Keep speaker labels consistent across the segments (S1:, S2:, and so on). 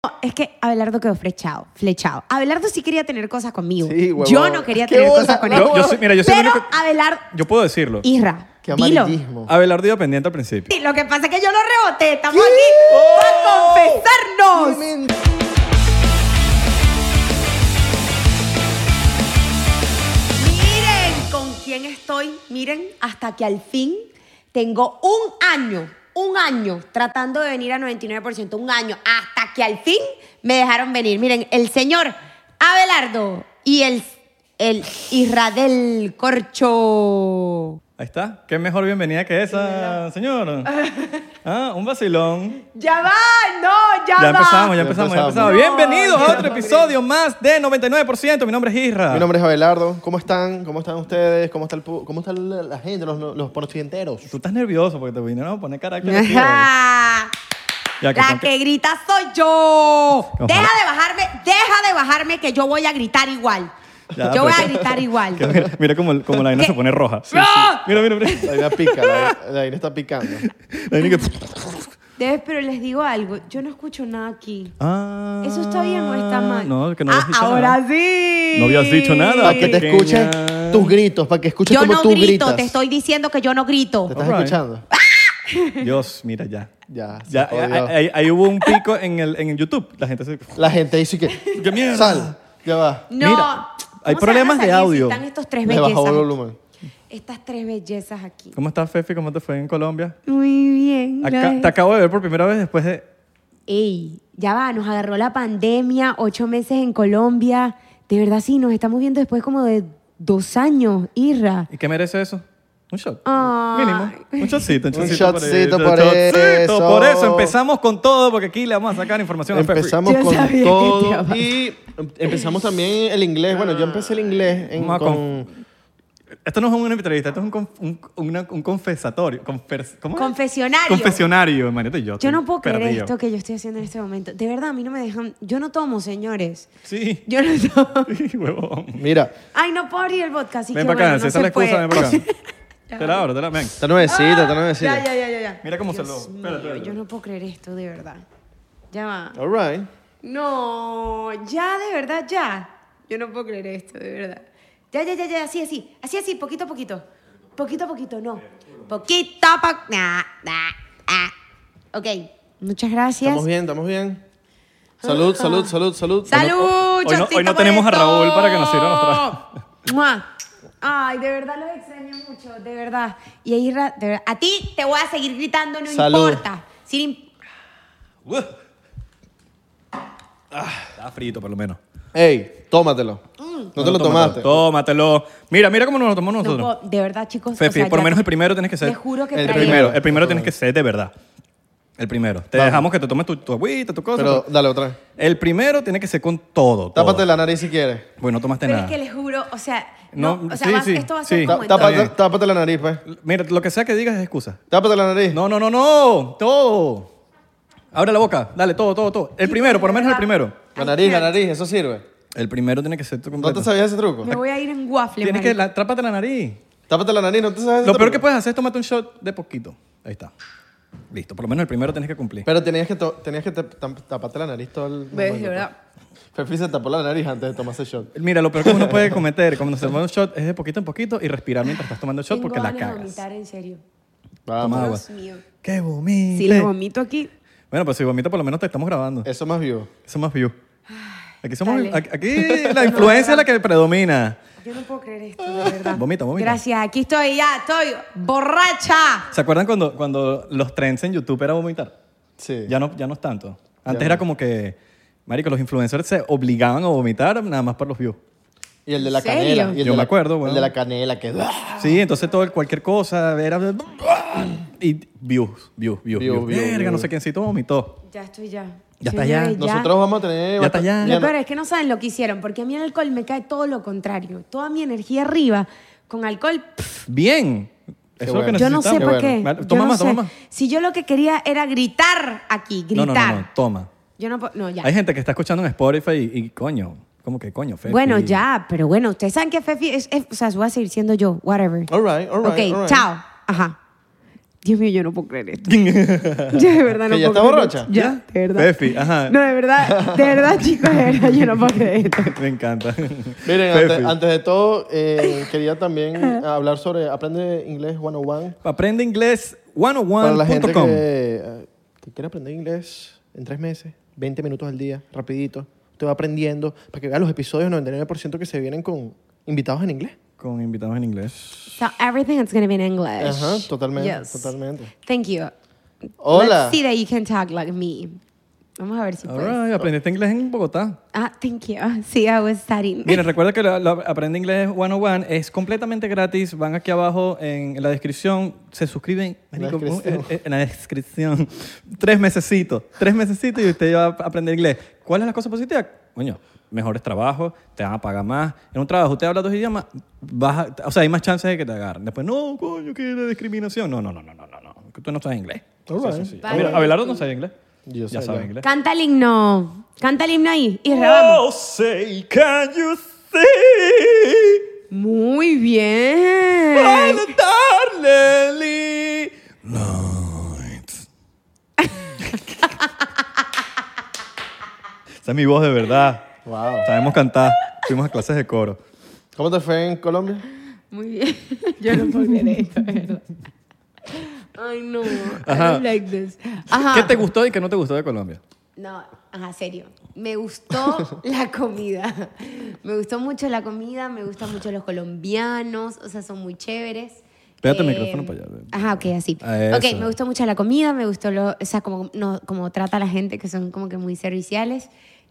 S1: Abelardo, es que Abelardo quedó flechado, flechado. Abelardo sí quería tener cosas conmigo.
S2: Sí, huevón.
S1: yo no quería
S2: ¿Qué
S1: tener
S2: bola?
S1: cosas con él.
S2: No,
S3: Yo, yo soy- mira, yo soy el
S1: Pero
S3: único-
S1: Abelardo,
S3: Yo puedo decirlo.
S1: Isra,
S2: Qué
S1: dilo.
S2: amarillismo.
S3: Abelardo iba pendiente al principio.
S1: Sí, Lo que pasa es que yo lo reboté. Estamos
S2: ¿Qué? Oh.
S1: aquí para
S2: ¡Qué
S1: confesarnos.
S2: men-
S1: Miren con quién estoy. Miren, hasta que al fin tengo un año, un año tratando de venir a 99%, un año, hasta que al fin me dejaron venir. Miren, el señor Abelardo y el, el Israel Corcho.
S3: Ahí está. Qué mejor bienvenida que esa, señor. Ah, un vacilón.
S1: Ya va, no, ya,
S3: Ya
S1: va.
S3: empezamos, ya empezamos, ya
S2: empezamos.
S3: empezamos.
S2: No,
S3: Bienvenidos a
S1: ya
S3: otro episodio más de 99%. Mi nombre es Isra.
S2: Mi nombre es Abelardo. ¿Cómo están? ¿Cómo están ustedes? ¿Cómo está, el pu- cómo está la, la gente, los, los porcienteros?
S3: Tú estás nervioso porque te vinieron a poner carácter. aquí, ¿vale?
S1: Ajá.
S3: Ya, que
S1: La
S3: son que-
S1: que grita soy yo.
S3: Ojalá.
S1: Deja de bajarme, deja de bajarme que yo voy a gritar igual. yo
S3: Ya, pero-
S1: voy a gritar igual.
S3: que mira- Mira cómo, cómo la vaina
S1: ¿Qué?
S3: se pone roja.
S1: ¡Ah!
S3: Mira, mira, mira.
S2: La vaina pica, la, vaina- la vaina está picando.
S3: La vaina que-
S1: Debes, pero les digo algo, yo no escucho nada aquí.
S3: Ah,
S1: Eso está bien o está mal.
S3: No, que no
S1: Ah,
S3: habías dicho
S1: ahora
S3: nada.
S1: sí.
S3: No habías dicho nada.
S2: Para que te
S3: Pequeña.
S2: escuchen tus gritos, para que escuches
S1: Yo
S2: cómo
S1: no
S2: tú
S1: grito,
S2: gritas.
S1: te estoy diciendo que yo no grito.
S2: ¿Te estás
S3: Alright.
S2: escuchando?
S3: Dios, mira, ya.
S2: Ya, se
S3: Ya,
S2: jodió.
S3: ahí- ahí, ahí hubo un pico en, el, en YouTube. La gente se...
S2: La gente dice que...
S3: ¡Qué mierda!
S2: Sal, ya va.
S1: no.
S3: Mira,
S1: ¿Cómo se
S3: hay
S1: van a
S3: problemas de
S1: salir si
S3: audio.
S1: están estos tres
S2: Le bajó
S1: bellezas.
S2: volumen.
S1: Estas tres bellezas aquí.
S3: ¿Cómo estás, Fefi? ¿Cómo te fue en Colombia?
S1: Muy bien.
S3: Acá-
S1: gracias.
S3: te acabo de ver por primera vez después de...
S1: Ey, ya va, nos agarró la pandemia, ocho meses en Colombia. De verdad, sí, nos estamos viendo después como de dos años, Irra.
S3: ¿Y qué merece eso? Un shot.
S1: Ay.
S3: Mínimo. Un shotcito. Un
S2: Un
S3: shotcito,
S2: shotcito
S3: ahí,
S2: por
S3: shotcito
S2: eso.
S3: por eso. Empezamos con todo porque aquí le vamos a sacar información a Fefi.
S2: Empezamos
S1: Yo
S2: con
S1: sabía que te
S2: todo
S1: amaba.
S2: y em- empezamos también el inglés. Bueno, yo empecé el inglés en,
S3: Vamos a
S2: con...
S3: Esto no es una entrevista, esto es un, conf- un, una- un confesatorio. confes- ¿Cómo es?
S1: Confesionario.
S3: Confesionario, imagínate yo.
S1: Yo
S3: estoy
S1: no puedo creer
S3: perdido.
S1: esto que yo estoy haciendo en este momento. De verdad, a mí no me dejan. Yo no tomo, señores.
S3: Sí.
S1: Yo no tomo.
S3: Huevón.
S2: Mira,
S1: Ay, no puedo abrir el vodka, así
S3: Ven
S1: que
S3: para acá,
S1: bueno, no
S3: si esa es la
S1: se
S3: excusa,
S1: puede.
S3: ven para acá. te la abro, te la... Ven.
S2: está nuevecita, está nuevecita.
S1: Ah, Ya, ya, ya, ya, ya.
S3: Mira cómo se
S1: Dios
S3: lo-
S1: mío,
S3: espera, espera, espera.
S1: Yo no puedo creer esto, de verdad. Ya va.
S2: All right.
S1: No, ya, de verdad, ya. Yo no puedo creer esto, de verdad. Ya, ya, ya, ya, así, así, así, así, poquito a poquito. Poquito a poquito, no. Poquito a poquito. ah. Ok, muchas gracias.
S2: Estamos bien, estamos bien. Salud, salud, salud, salud.
S1: Ah. ¡Salud!
S3: Hoy no- hoy no
S1: chocito por
S3: tenemos a
S1: esto!
S3: Raúl para que nos sirva los tragos.
S1: ¡Mua! Ay, de verdad los extraño mucho, de verdad. Y ahí, ra- de verdad, a ti te voy a seguir gritando, no
S2: Salud.
S1: importa. Sin im-
S3: Uh. Ah, está frito, por lo menos.
S2: Ey, tómatelo.
S1: Mm.
S2: No te lo tomaste.
S3: Tómatelo. Mira, mira cómo nos lo tomamos
S1: no
S3: nosotros.
S1: puedo- de verdad, chicos. o
S3: Fefi,
S1: sea,
S3: por lo
S1: ya-
S3: menos el primero tienes que ser.
S1: Te juro que
S2: El
S3: El
S1: traía-
S3: primero, el primero tienes que ser de verdad. El primero. Te
S2: Vamos.
S3: dejamos que te tomes tu, tu agüita, tu cosa.
S2: Pero
S3: pero
S2: dale otra vez.
S3: el primero tiene que ser con todo. todo.
S2: Tápate la nariz si quieres.
S3: Bueno, no tomaste
S1: Pero
S3: nada.
S1: es que les juro, o sea,
S3: No,
S1: no, o sea
S3: sí,
S1: vas-
S3: sí,
S1: esto va a
S3: sí.
S1: ser
S3: Un
S2: Ta-
S1: como en
S3: momento.
S1: todo.
S2: Tápate,
S3: Bien.
S2: tápate la nariz, pues.
S3: Mira, lo que sea que digas es excusa.
S2: Tápate la nariz.
S3: No, no, no, no. Todo. Abre la boca. Dale, todo, todo, todo. El primero, por lo menos el primero.
S2: La nariz, la nariz, eso sirve.
S3: El primero tiene que ser tu
S2: ¿No
S3: completo.
S2: te sabías ese truco?
S1: Me voy a ir en waffle.
S3: Tienes que,
S1: marico.
S3: la, trápate la nariz.
S2: Tápate la nariz, no te sabes ese
S3: Lo peor que
S2: truco?
S3: puedes hacer es tomarte un shot de poquito. Ahí está. Listo, por lo menos el primero tienes que cumplir.
S2: Pero tenías que, to- tenías que te- tam- taparte la nariz todo el
S1: Ves,
S2: momento,
S1: de verdad.
S2: pues. Fefi se tapó la nariz antes de tomarse el shot.
S3: Mira, lo peor que uno puede cometer cuando se toma un shot es de poquito en poquito y respirar mientras estás tomando el shot
S1: Tengo
S3: porque la
S1: ganas de
S3: cagas.
S1: vomitar, en serio.
S3: Toma
S2: Vamos.
S3: agua.
S1: Dios mío.
S3: ¡Qué vomite!
S1: Si les vomito aquí,
S3: bueno, pues si vomita por lo menos te estamos grabando.
S2: Eso más vivo.
S3: Eso más view. Aquí somos...
S1: dale.
S3: Aquí aquí la influencia es la que predomina.
S1: yo no puedo creer esto, de verdad.
S3: Vomita, vomita.
S1: Gracias, aquí estoy ya, estoy borracha.
S3: ¿Se acuerdan cuando, cuando los trends en YouTube era vomitar?
S2: Sí.
S3: Ya no, ya no es tanto. Antes
S2: Ya
S3: era
S2: no.
S3: como que, marico, los influencers se obligaban a vomitar nada más por los views.
S2: Y el de la
S1: ¿En serio?
S2: canela. y el
S3: Yo
S2: de
S3: me
S2: la-
S3: acuerdo, bueno.
S2: El de la canela que...
S3: Sí, entonces todo, el- cualquier cosa era... Y views, views, views,
S2: Views,
S3: views.
S2: views,
S3: Verga, no
S2: views.
S3: sé quiéncito vomitó.
S1: Ya estoy ya.
S3: Ya está
S1: Señores,
S3: ya.
S2: Nosotros vamos a tener...
S3: Ya está, ya.
S1: Lo peor es que no saben lo que hicieron, porque a mí el alcohol me cae todo lo contrario. Toda mi energía arriba, con alcohol, pff,
S3: Bien.
S2: Qué
S3: Eso es lo que
S2: bueno.
S1: yo no sé para
S3: necesitamos.
S2: Qué
S1: qué.
S3: Vale,
S1: Yo
S3: Toma
S1: no
S3: más, toma
S1: sé.
S3: más.
S1: Si yo lo que quería era gritar aquí,
S3: No,
S1: gritar.
S3: no, no, no, toma.
S1: Yo no puedo, no, ya.
S3: Hay gente que está escuchando en Spotify y, y coño, como que coño, Fefi.
S1: Bueno, ya, pero bueno, ustedes saben que Fefi es, es- o sea, voy a seguir siendo yo, whatever.
S2: All right, all right,
S1: ok,
S2: all right.
S1: chao. Ajá. Dios mío, yo no puedo creer esto. Yo de verdad no
S2: ¿Que ya
S1: puedo creer
S2: está borracha?
S1: esto. Ya, de verdad.
S3: Pefi, ajá.
S1: No, de verdad, de verdad, chicos, de verdad, yo no puedo creer esto.
S3: Me encanta.
S2: Miren,
S3: Pefi.
S2: antes, antes de todo, eh, quería también hablar sobre Aprende Inglés 101.
S3: Aprende inglés
S2: Para la gente
S3: 101.com.
S2: que, eh, que quiere aprender inglés en tres meses, 20 minutos al día, rapidito. Usted va aprendiendo para que vea los episodios 99% que se vienen con invitados en inglés.
S3: Con invitados en inglés.
S1: So everything is going to be in English.
S2: Ajá, totalmente,
S1: Yes.
S2: totalmente.
S1: Thank you.
S2: Hola.
S1: Let's see that you can talk like me. Vamos a ver si
S3: All
S1: puedes.
S3: right, aprendiste inglés en Bogotá.
S1: Ah, thank you. Sí, I was studying.
S3: Miren, recuerda que la, la Aprende Inglés 101 es completamente gratis. Van aquí abajo en la descripción. Se suscriben. marico, ¿cómo?
S2: descripción.
S3: Eh, eh, en la descripción. Tres mesecitos. Tres mesecitos y usted va a aprender inglés. ¿Cuál es la cosa positiva? Coño, mejores trabajos, te van a pagar más. En un trabajo usted habla dos idiomas, vas a- o sea, hay más chances de que te agarren. Después, no, coño, que la discriminación. No, no, no, no, no, no. no, Que tú no sabes inglés.
S2: All
S3: Eso es
S2: right.
S3: sencillo.
S1: Vale.
S3: Mira, Abelardo no sabe inglés.
S2: Yo
S3: ya
S2: sé,
S3: sabe
S2: ya.
S3: inglés.
S1: Canta el himno. Canta el himno ahí. Y vamos.
S3: Oh, say, can you see?
S1: Muy bien.
S3: darling nights. Esa es mi voz de verdad.
S2: Wow.
S3: Sabemos cantar. Fuimos a clases de coro.
S2: ¿Cómo te fue en Colombia?
S1: Muy bien. Yo no puedo creer esto, de verdad. Ay, no. I
S3: Ajá.
S1: don't like this. Ajá.
S3: ¿Qué te gustó y qué no te gustó de Colombia?
S1: No, ajá, serio. Me gustó la comida. Me gustó mucho la comida, me gustan mucho los colombianos, o sea, son muy chéveres. Eh,
S3: Pégate el micrófono para allá.
S1: Ajá, ok, así.
S3: A
S1: Ok,
S3: eso.
S1: me gustó mucho la comida, me gustó lo, o sea, como, no, como trata a la gente, que son como que muy serviciales.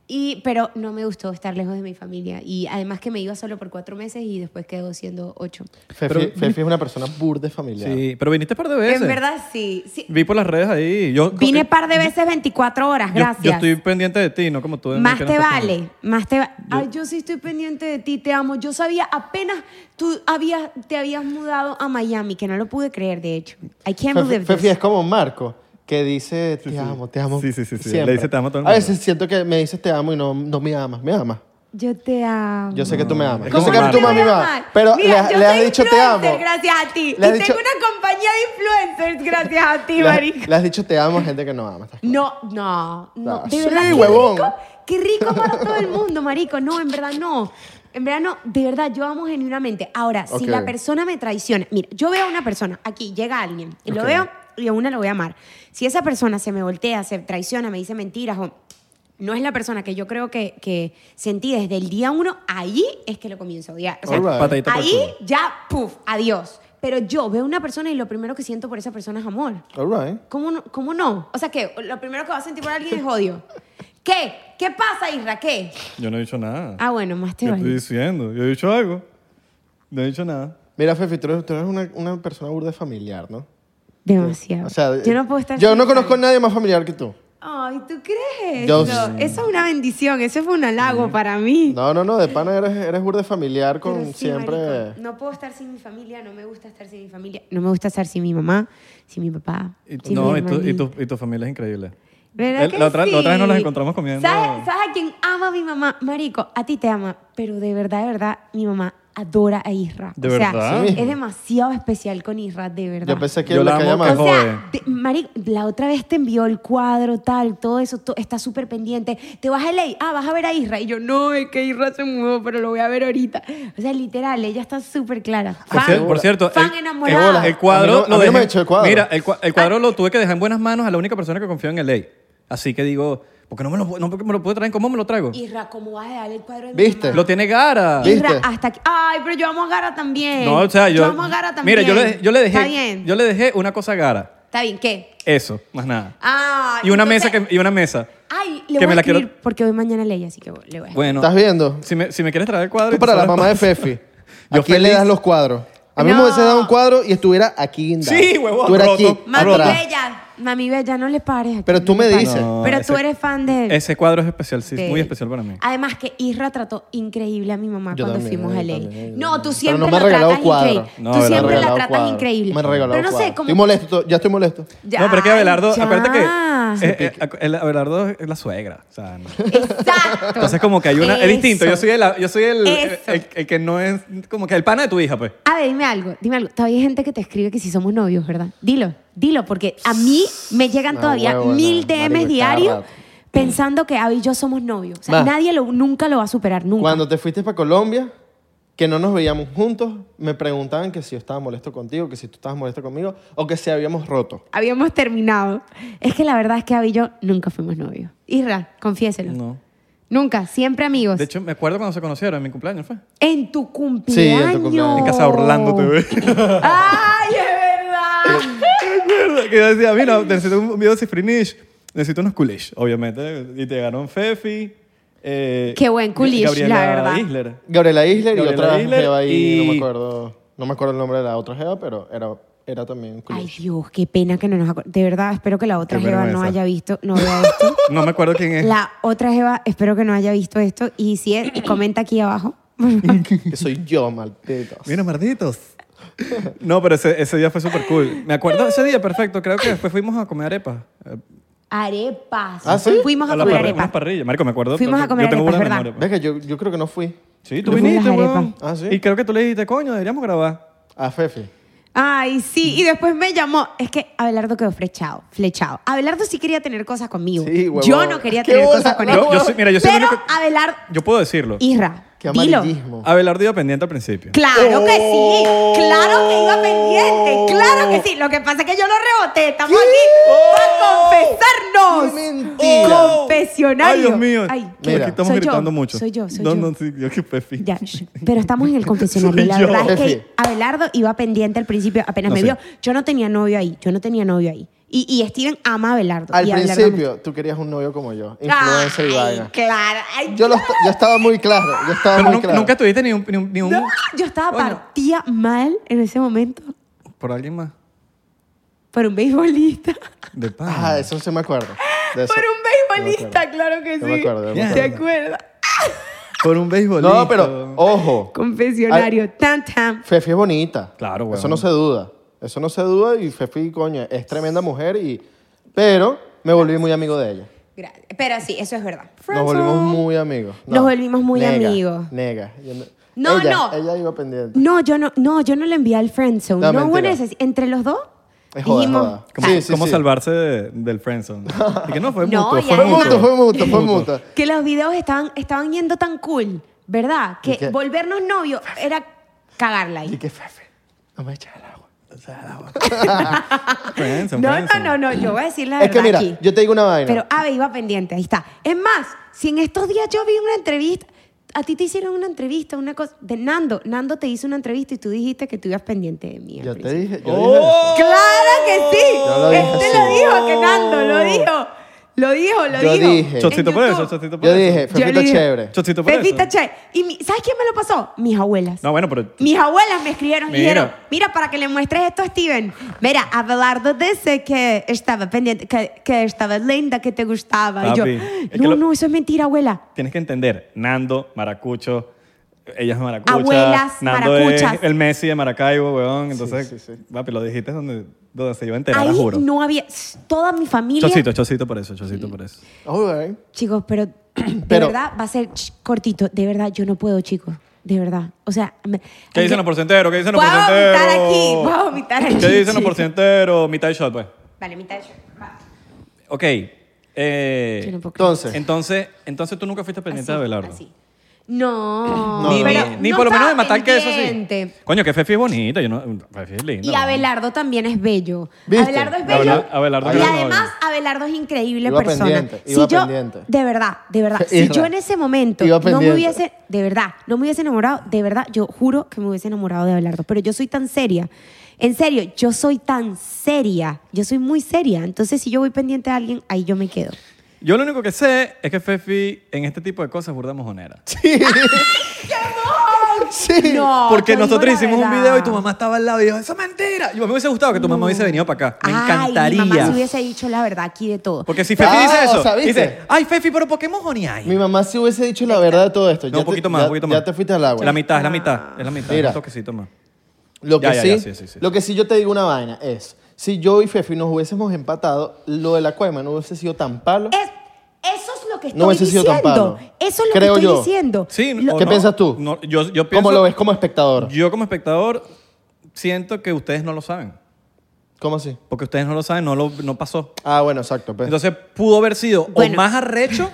S1: Y, pero no me gustó estar lejos de mi familia. Y además que me iba solo por cuatro meses y después quedó siendo ocho.
S2: Fefi,
S3: Pero-
S2: Fefi es una persona burde familiar.
S3: Sí, pero viniste un par de veces.
S1: En verdad, sí. sí.
S3: Vi por las redes ahí. Yo, eh,
S1: Vine par de veces 24 horas,
S3: yo-
S1: gracias.
S3: Yo, estoy pendiente de ti, no como tú. de mí,
S1: Más
S3: que no
S1: te
S3: estás pendiente.
S1: vale, más te vale. Ay, yo sí estoy pendiente de ti, te amo. Yo sabía apenas tú habías, te habías mudado a Miami, que no lo pude creer, de hecho. I can't
S2: Fefi,
S1: believe this.
S2: Fefi es como Marco, que dice te amo, te amo.
S3: Sí, sí, sí, sí.
S2: siempre.
S3: Le dice, "Te amo" a todo el
S2: A
S3: mundo.
S2: veces siento que me dices te amo y no, no me amas, me amas.
S1: Yo te amo.
S2: Yo sé que tú me amas.
S3: es
S2: Yo sé
S3: como
S2: que
S3: Marco.
S2: tú mami
S1: Te
S2: me
S1: voy a
S2: amas.
S1: amar.
S2: Pero
S1: Mira,
S2: le,
S1: yo
S2: le has
S1: soy
S2: dicho te
S1: influencer
S2: amo.
S1: gracias a ti.
S2: Le has
S1: y
S2: dicho-
S1: tengo una compañía de influencers gracias a ti,
S2: Le has-
S1: marico.
S2: Le has dicho te amo a gente que no ama. ¿estás claro?
S1: No, no, no.
S2: Ah,
S1: De
S2: sí,
S1: verdad, qué
S2: huevón.
S1: rico, qué rico para todo el mundo, marico. No, en verdad no. En verdad no, de verdad, yo amo genuinamente. Ahora, si
S2: Ok.
S1: la persona me traiciona, mira, yo veo a una persona, aquí llega alguien, y lo
S2: Ok.
S1: veo y a una lo voy a amar. Si esa persona se me voltea, se traiciona, me dice mentiras o no es la persona que yo creo que, que sentí desde el día uno, ahí es que lo comienzo a odiar. O sea,
S2: Alright.
S3: Patadita por el
S1: ahí
S3: culo.
S1: ya, puf, adiós. Pero yo veo a una persona y lo primero que siento por esa persona es amor.
S2: All right.
S1: ¿Cómo no? ¿Cómo no? O sea, que lo primero que vas a sentir por alguien es odio. ¿Qué? ¿Qué pasa, Isra? ¿Qué?
S3: Yo no he dicho nada.
S1: Ah, bueno, más te
S3: Yo estoy
S1: vale.
S3: diciendo? Yo he dicho algo. No he dicho nada.
S2: Mira, Fefi, tú eres, tú eres una, una persona burda familiar, ¿no?
S1: Demasiado.
S2: O sea,
S1: yo no puedo estar...
S2: Yo
S1: sin
S2: no
S1: Isra.
S2: conozco a nadie más familiar que tú.
S1: Ay, ¿tú crees?
S2: Yo
S1: eso?
S2: sí.
S1: Eso es una bendición. Eso fue un halago para mí.
S2: No, no, no, de pana eres, eres burda familiar
S1: Pero
S2: con
S1: sí,
S2: siempre.
S1: marico, no puedo estar sin mi familia. No me gusta estar sin mi familia. No me gusta estar sin mi mamá, sin mi papá,
S3: Y tú-
S1: sin
S3: no,
S1: mi
S3: y tu, y,
S1: hermanito.
S3: tu, y tu familia es increíble.
S1: ¿Verdad
S3: El-
S1: que
S3: la, otra, la otra vez nos
S1: sí?
S3: las encontramos comiendo.
S1: ¿Sabes, sabes a quién ama a mi mamá? Marico, a ti te ama, pero de verdad, de verdad, mi mamá adora a Isra.
S3: ¿De
S1: o sea,
S3: verdad?
S2: Sí mismo.
S1: es demasiado especial con Isra, de verdad.
S2: Yo pensé que
S3: Yo
S2: le
S3: la
S2: caía
S3: amo,
S1: o
S2: más.
S3: que- jode.
S1: sea, de- marico, la otra vez te envió el cuadro, tal, todo eso, to- está súper pendiente. Te vas a ley, ah, vas a ver a Isra. Y yo, no, es que Isra se mudó, pero lo voy a ver ahorita. O sea, literal, ella está súper clara.
S3: Por,
S1: Fan-
S3: cier- por cierto,
S1: fan
S3: el,
S1: enamorada. Ah.
S3: el cuadro
S2: A mí no- a
S3: lo
S2: mí no
S3: dejé-
S2: me ha hecho el cuadro.
S3: Mira, el, cua- el cuadro lo tuve que dejar en buenas manos a la única persona que confió en el ley. Así que digo, ¿por qué no me lo, pu- no me lo puedo traer? ¿Cómo me lo traigo?
S1: Isra, ¿cómo vas a dejar el cuadro de mi
S2: ¿Viste?
S1: mamá?
S3: Lo tiene Gara.
S2: ¿Viste?
S1: Isra, hasta aquí. Ay, pero yo amo a Gara también.
S3: No, o sea, yo.
S1: amo a Gara también.
S3: Mira, yo le, yo le dejé.
S1: Está bien.
S3: Yo le dejé una cosa a Gara.
S1: Está bien, ¿qué?
S3: Eso, más nada.
S1: Ah,
S3: y una
S1: entonces-
S3: mesa que, y una mesa.
S1: Ay, le
S3: que
S1: voy
S3: me
S1: a
S3: la
S1: escribir
S3: quiero-
S1: porque hoy mañana leí, así que le voy a
S3: Bueno.
S2: ¿Estás viendo?
S3: Si me, si me quieres traer el cuadro.
S2: Tú
S3: y
S2: para la
S3: sabes-
S2: mamá de Fefi.
S3: Yo
S2: ¿A quién le
S3: feliz.
S2: das los cuadros? A mí me
S1: No.
S2: hubiese dado un cuadro y estuviera aquí guindado.
S3: Sí, huevón,
S2: Tú eras
S3: roto,
S2: aquí,
S1: Mami
S3: Roto.
S2: atrás.
S1: Bella, Mami Bella, no le pares. aquí,
S2: Pero tú
S1: no le
S2: me
S1: pares.
S2: dices.
S3: No,
S1: Pero tú
S3: ese-
S1: eres fan de él.
S3: Ese cuadro es especial, sí, es
S1: de
S3: muy
S1: él.
S3: especial para mí.
S1: Además que Isra trató increíble a mi mamá
S2: Yo
S1: cuando
S2: también,
S1: fuimos a
S2: yo
S1: Ley.
S2: también,
S1: no,
S2: yo también.
S1: tú
S2: Pero
S1: siempre
S2: no me ha
S1: la tratas
S2: regalado cuadro.
S1: increíble.
S3: No,
S1: tú
S3: me ha
S1: siempre la
S3: regalado
S1: tratas
S2: cuadro.
S1: increíble.
S2: Me han regalado
S1: Pero no sé
S2: cuadro.
S1: cómo.
S2: Estoy molesto, ya estoy molesto.
S1: Ya,
S3: no, pero es que Abelardo,
S1: ya.
S3: acuérdate que eh, eh, acu- el Abelardo es la suegra. O sea, no.
S1: Exacto.
S3: Entonces como que hay una... Es distinto, yo
S1: Eso.
S3: soy, el, yo soy el, el,
S1: Eso.
S3: el- el que no es... Como que el pana de tu hija, pues.
S1: A ver, dime algo, dime algo. Todavía hay gente que te escribe que si somos novios, ¿verdad? Dilo, Dilo, porque a mí me llegan
S2: No,
S1: todavía
S2: huevo,
S1: mil
S2: no,
S1: DMs
S2: marico, cada
S1: diarios
S2: rato.
S1: pensando que Abby y yo somos novios. O sea,
S2: Va.
S1: nadie lo, nunca lo va a superar, nunca.
S2: Cuando te fuiste para Colombia, que no nos veíamos juntos, me preguntaban que si yo estaba molesto contigo, que si tú estabas molesto conmigo, o que si habíamos roto.
S1: Habíamos terminado. Es que la verdad es que Abby y yo nunca fuimos novios. Isra, confiéselo.
S3: No.
S1: Nunca, siempre amigos.
S3: De hecho, me acuerdo cuando se conocieron, en mi cumpleaños fue.
S1: en tu cumpleaños.
S2: Sí, en tu cumpleaños.
S3: En casa
S1: Oh.
S3: de Orlando TV.
S1: ¡Ay, es verdad!
S3: que yo decía, mira, necesito un video de Cifrinish, necesito unos coolish, obviamente. Y te ganaron Fefi. eh,
S1: Qué buen coolish,
S3: Gabriela
S1: la verdad.
S3: Isler.
S2: Gabriela Isler y
S3: Gabriela
S2: otra
S3: Isler
S2: jeva ahí, no
S3: y-
S2: me acuerdo, no me acuerdo el nombre de la otra jeva, pero era, era también
S1: Ay,
S2: culish.
S1: Dios, qué pena que no nos acor- De verdad, espero que la otra
S3: Qué
S1: Jeva no
S3: vergüenza.
S1: haya visto, no vea esto.
S3: No me acuerdo quién es.
S1: La otra Jeva, espero que no haya visto esto. Y si es, comenta aquí abajo.
S2: Que soy yo, malditos.
S3: Mira, marditos. No, pero ese, ese día fue súper cool. Me acuerdo de ese día, perfecto. Creo que después fuimos a comer arepas. Eh,
S1: Arepas.
S2: ¿Ah, sí?
S1: Fuimos a,
S3: la
S1: comer
S3: parri- unas
S1: arepas.
S3: parrillas. Marico, me acuerdo.
S1: Fuimos a comer
S3: Yo tengo
S1: arepas,
S3: buenas
S1: ¿verdad?
S3: memorias, pues.
S2: Ves que yo, yo creo que no fui
S3: Sí, tú
S1: Yo fui a las
S3: viniste,
S1: arepas.
S3: weón.
S2: Ah, ¿sí?
S3: Y creo que tú le dijiste, coño, deberíamos grabar.
S2: a Fefi.
S1: Ay, sí. Y después me llamó. Es que Abelardo quedó flechado, flechado. Abelardo sí quería tener cosas conmigo.
S2: Sí, huevón.
S1: Yo no quería
S2: Qué
S1: tener
S2: bola,
S1: cosas con
S2: no,
S1: él.
S3: Yo- yo soy- mira, yo soy el
S1: Pero
S3: único-
S1: Abelardo,
S3: Yo puedo decirlo.
S1: Isra,
S2: Qué
S1: dilo. Ah,
S2: amarillismo.
S3: Abelardo iba pendiente al principio.
S1: Claro que sí, claro que
S2: Oh.
S1: iba pendiente, claro que sí. Lo que pasa es que yo lo reboté, estamos aquí para confesarnos.
S2: Oh. ¡Qué mentira!
S1: Un Confesionario.
S3: ¡Oh! Ay, Dios mío.
S1: Ay,
S3: Mira, Aquí estamos
S1: soy yo,
S3: gritando mucho.
S1: Soy yo, soy
S3: no,
S1: yo.
S3: No, sí, yo qué perfil.
S1: Ya, sh, pero estamos en el confesionario.
S3: Soy
S1: La
S3: yo.
S1: verdad es que
S2: Jefe.
S1: Abelardo iba pendiente al principio, apenas
S3: No
S1: me
S3: sé.
S1: vio. Yo no tenía novio ahí, yo no tenía novio ahí. Y, y Steven ama a Abelardo.
S2: Al
S1: y Abelardo
S2: principio, tú querías un novio como yo,
S1: me-
S2: influencer y
S1: Ay,
S2: vaina.
S1: Claro. Ay,
S2: Yo, lo est- yo estaba muy claro, yo estaba
S3: Pero
S2: muy
S3: nu-
S2: Ah, claro.
S3: nunca tuviste ni un... Ni un, ni un-
S1: no, yo estaba
S3: Coño,
S1: partida mal en ese momento
S3: Por alguien más.
S1: por un beisbolista.
S3: De pan.
S2: Ah, de eso sí me acuerdo. de eso.
S1: Por un beisbolista, claro que sí.
S2: Yo me acuerdo, yo me
S1: ¿Te
S2: acuerdo.
S1: acuerdas?
S3: Por un beisbolista.
S2: No, pero, ojo,
S1: Confesionario. Tan, tan.
S2: Fefi es bonita.
S3: Claro, weón.
S2: Eso no se duda. Eso no se duda y Fefi, coño, es tremenda mujer y... Pero me volví muy amigo de ella.
S1: Gracias. Pero sí, eso es verdad.
S2: Nos volvimos muy amigos.
S1: Nos volvimos muy
S2: nega,
S1: amigos.
S2: Nega. Yo no-
S1: No,
S2: ella,
S1: no.
S2: Ella iba pendiente.
S1: No, yo no, no, yo no le envié al friendzone.
S2: No,
S1: No, hubo
S2: mentira.
S1: neces- Entre los dos
S2: Es joda,
S1: dijimos,
S2: joda.
S3: ¿Cómo,
S2: Sí, sí,
S3: cómo
S2: sí.
S3: salvarse de- del friendzone? Y que no, fue
S1: No,
S3: mutuo.
S1: ya.
S3: Fue
S2: Fue
S1: Además-
S2: mutuo,
S3: mutuo.
S2: fue mutuo, fue mutuo.
S1: que los videos estaban, estaban yendo tan cool, ¿verdad? Que
S2: ¿Y qué?
S1: volvernos novios era cagarla
S2: Y
S1: ahí.
S2: que Fefi, no me echas el agua. no me echas el agua.
S3: Friendzone,
S1: No, no,
S3: friendzone.
S1: no, no, yo voy a decir la
S2: Es
S1: verdad
S2: que mira,
S1: aquí.
S2: yo te digo una vaina.
S1: Pero Ave iba pendiente, ahí está. Es más, si en estos días yo vi una entrevista, a ti te hicieron una entrevista, una cosa, de Nando, Nando te hizo una entrevista y tú dijiste que tú ibas pendiente de mí. al
S2: yo te
S1: principio.
S2: dije, yo dije
S3: ¡Oh!
S1: Claro que sí.
S2: Yo lo dije
S1: este
S2: así.
S1: lo dijo, que Nando lo dijo. Lo dijo, lo
S2: Yo
S1: dijo.
S2: dije.
S1: En
S3: Chocito por eso,
S1: YouTube.
S3: chocito
S2: eso.
S3: por
S2: Yo
S3: eso.
S1: Yo
S2: dije,
S1: le
S2: Fefita
S1: dije-
S2: chévere.
S3: Chocito por
S1: Pepita
S3: eso.
S1: Che. Y mi- ¿sabes quién me lo pasó? Mis abuelas.
S3: No, bueno, pero...
S1: Mis abuelas me escribieron y
S3: Mira.
S1: dijeron, mira, para que le muestres esto a Steven. Mira, Abelardo dice que estaba pendiente, que, que estaba linda, que te gustaba. Y yo,
S3: Papi, es que
S1: no,
S3: lo-
S1: no, eso es mentira, abuela.
S3: Tienes que entender, Nando, Maracucho, ella es Maracucha.
S1: Abuelas,
S3: Nando
S1: maracuchas.
S3: es el Messi de Maracaibo, weón. Entonces,
S2: sí, sí.
S3: papi, lo dijiste donde, donde se iba a enterar,
S1: Ahí
S3: juro.
S1: no había, toda mi familia.
S3: Chocito, chocito por eso, chocito por eso.
S2: All right.
S1: Chicos, pero de
S2: Pero-
S1: verdad va a ser ch, cortito. De verdad, yo no puedo, chicos. De verdad. O sea, me-
S3: ¿Qué
S1: a mí
S3: dicen
S1: me-
S3: los porcenteros? ¿Qué dicen los
S1: Voy a
S3: porcenteros?
S1: vomitar aquí, voy a vomitar aquí,
S3: ¿Qué dicen los
S1: chico.
S3: porcenteros? Mitad y shot, pues.
S1: Vale, mitad. Va.
S3: Ok. eh,
S1: Yo no puedo creer.
S2: Entonces,
S3: entonces, entonces tú nunca fuiste pendiente de
S1: Así,
S3: Abelardo.
S1: así. No,
S2: No,
S3: Ni,
S2: no,
S3: ni-
S1: pero
S3: ni
S1: no
S3: por lo menos de
S1: estaba
S3: matar que eso sí.
S1: pendiente.
S3: Coño, que Fefi es bonita. Yo no, Fefi es linda.
S1: Y
S3: ¿no?
S1: Abelardo también es bello.
S2: ¿Viste?
S1: Abelardo es bello.
S3: Abela- Abelardo
S1: y
S3: creo que no
S1: además,
S3: habla.
S1: Abelardo es increíble
S2: Iba
S1: persona.
S2: pendiente,
S1: si
S2: iba
S1: yo,
S2: pendiente.
S1: de verdad, de verdad, si
S2: Isra,
S1: yo en ese momento
S2: iba
S1: no me
S2: pendiente.
S1: hubiese, de verdad, no me hubiese enamorado, de verdad, yo juro que me hubiese enamorado de Abelardo. Pero yo soy tan seria. En serio, yo soy tan seria. Yo soy muy seria. Entonces, si yo voy pendiente de alguien, ahí yo me quedo.
S3: Yo lo único que sé es que Fefi en este tipo de cosas es burda mojonera.
S2: sí.
S1: No,
S3: Porque
S1: yo digo
S3: nosotros
S1: la
S3: hicimos un
S1: verdad.
S3: video y tu mamá estaba al lado y dijo, ¡eso es mentira! Y a mí me hubiese gustado que tu mamá hubiese venido para acá. Me encantaría.
S1: Ay, mi mamá se hubiese dicho la verdad aquí de todo.
S3: Porque si Fefi
S2: Ah,
S3: dice
S2: o
S3: eso,
S2: sea, ¿viste?
S3: dice, ¡ay, Fefi, pero ¿por qué mojoneáis?
S2: Mi mamá si hubiese dicho la verdad de todo esto.
S3: No, un poquito más,
S2: ya,
S3: un poquito más.
S2: Ya te fuiste al agua.
S3: La mitad, es la mitad, es la mitad.
S2: Mira.
S3: Un toquecito más.
S2: Lo que,
S3: Ya, ya,
S2: sí,
S3: ya, sí, sí, sí.
S2: lo que sí yo te digo una vaina es, si yo y Fefi nos hubiésemos empatado, lo de la cuema no hubiese sido tan palo.
S1: Es- eso es lo que estoy
S2: No hubiese sido
S1: diciendo.
S2: tan palo.
S1: Eso es lo
S2: Creo
S1: que estoy
S2: yo.
S1: diciendo.
S3: Sí,
S1: Lo-
S3: o
S2: ¿Qué
S3: no.
S2: piensas tú?
S3: No, yo, yo pienso,
S2: ¿Cómo lo ves como espectador?
S3: Yo como espectador siento que ustedes no lo saben.
S2: ¿Cómo así?
S3: Porque ustedes no lo saben, no, lo, no pasó.
S2: Ah, bueno, exacto. pues.
S3: Entonces pudo haber sido
S1: Bueno.
S3: o más arrecho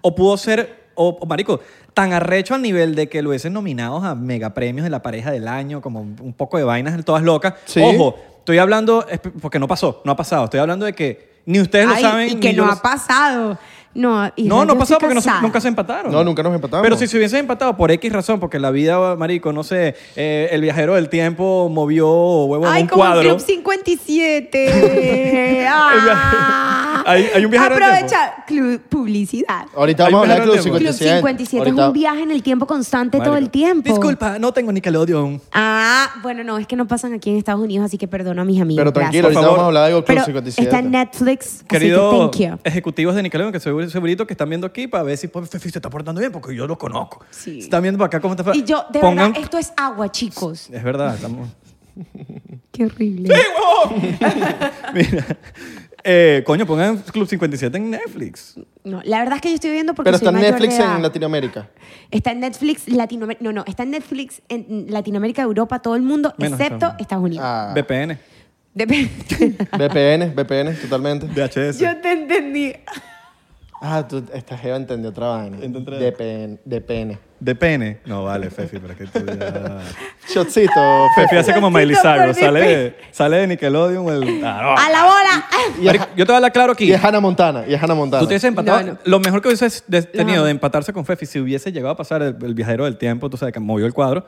S3: o pudo ser, o, o, marico, tan arrecho al nivel de que lo hubiesen nominados a megapremios de la pareja del año, como un poco de vainas todas locas.
S2: Sí.
S3: Ojo, estoy hablando, esp- porque no pasó, no ha pasado, estoy hablando de que ni ustedes
S1: Ay,
S3: lo saben.
S1: y que
S3: ni yo
S1: no
S3: lo
S1: ha
S3: sé.
S1: pasado. No, Israel, yo
S3: No, no
S1: estoy
S3: pasó porque no se-
S1: cansada.
S3: nunca se empataron.
S2: No, nunca nos empatamos.
S3: Pero si se hubiesen empatado por X razón, porque la vida, marico, no sé, eh, el viajero del tiempo movió huevo en
S1: Ay,
S3: un
S1: como
S3: cuadro.
S1: el Club 57. Ah.
S3: Hay- hay un viajero del
S1: Aprovecha. Club- publicidad.
S2: Ahorita
S3: Ahí
S2: vamos a hablar de Club
S3: perdemos. Club
S2: 57.
S1: Club 57 es
S2: Oh, Ahorita-
S1: un viaje en el tiempo constante todo
S3: Marico,
S1: el tiempo.
S3: Disculpa, no tengo Nickelodeon.
S1: Ah, bueno, no, es que no pasan aquí en Estados Unidos, así que perdono a mis amigos.
S2: Pero tranquilo,
S1: gracias.
S2: ahorita
S3: Por favor.
S2: vamos a hablar de Club
S1: Pero
S2: 57.
S1: está en Netflix,
S3: Queridos
S1: así que thank you.
S3: ejecutivos de Nickelodeon, que seguro, segurito que están viendo aquí para ver si pues, Fifi se está portando bien, porque yo lo conozco.
S1: Sí.
S3: Están viendo para acá cómo está.
S1: Y yo, de
S3: Pongan-
S1: verdad, esto es agua, chicos.
S3: Es verdad, estamos...
S1: Qué horrible.
S3: Mira, eh, coño, pongan Club 57 en Netflix.
S1: No, la verdad es que yo estoy viendo porque
S2: Pero
S1: soy
S2: está en
S1: mayor
S2: Netflix
S1: de edad.
S2: en Latinoamérica.
S1: Está en Netflix Latinoamérica. No, no, está en Netflix en Latinoamérica, Europa, todo el mundo,
S3: Menos
S1: excepto
S3: Estados Unidos. Ah.
S1: Estados Unidos.
S2: Ah,
S3: VPN,
S1: Dep-
S2: VPN, VPN, totalmente.
S3: VHS.
S1: yo te entendí.
S2: Ah, tú, esta jeva entendió otra vaina.
S3: Entendió.
S2: DPN, DPN.
S3: DPN. No, vale, Fefi, para que tú ya...
S2: Shotcito,
S3: Fefi hace como Miley
S1: Maldito por
S3: Cyrus, sale, de-
S1: DPN.
S3: sale de Nickelodeon el... Ah, no.
S1: ¡A la bola!
S2: Y es,
S3: Marico, yo te voy a hablar claro aquí.
S2: y es Hannah Montana, y es Hannah Montana.
S3: Tú te hubieses empatado.
S1: No, no.
S3: Lo mejor que hubieses de- tenido
S1: Ajá.
S3: de empatarse con Fefi, si hubiese llegado a pasar el, el viajero del tiempo, tú sabes que movió el cuadro,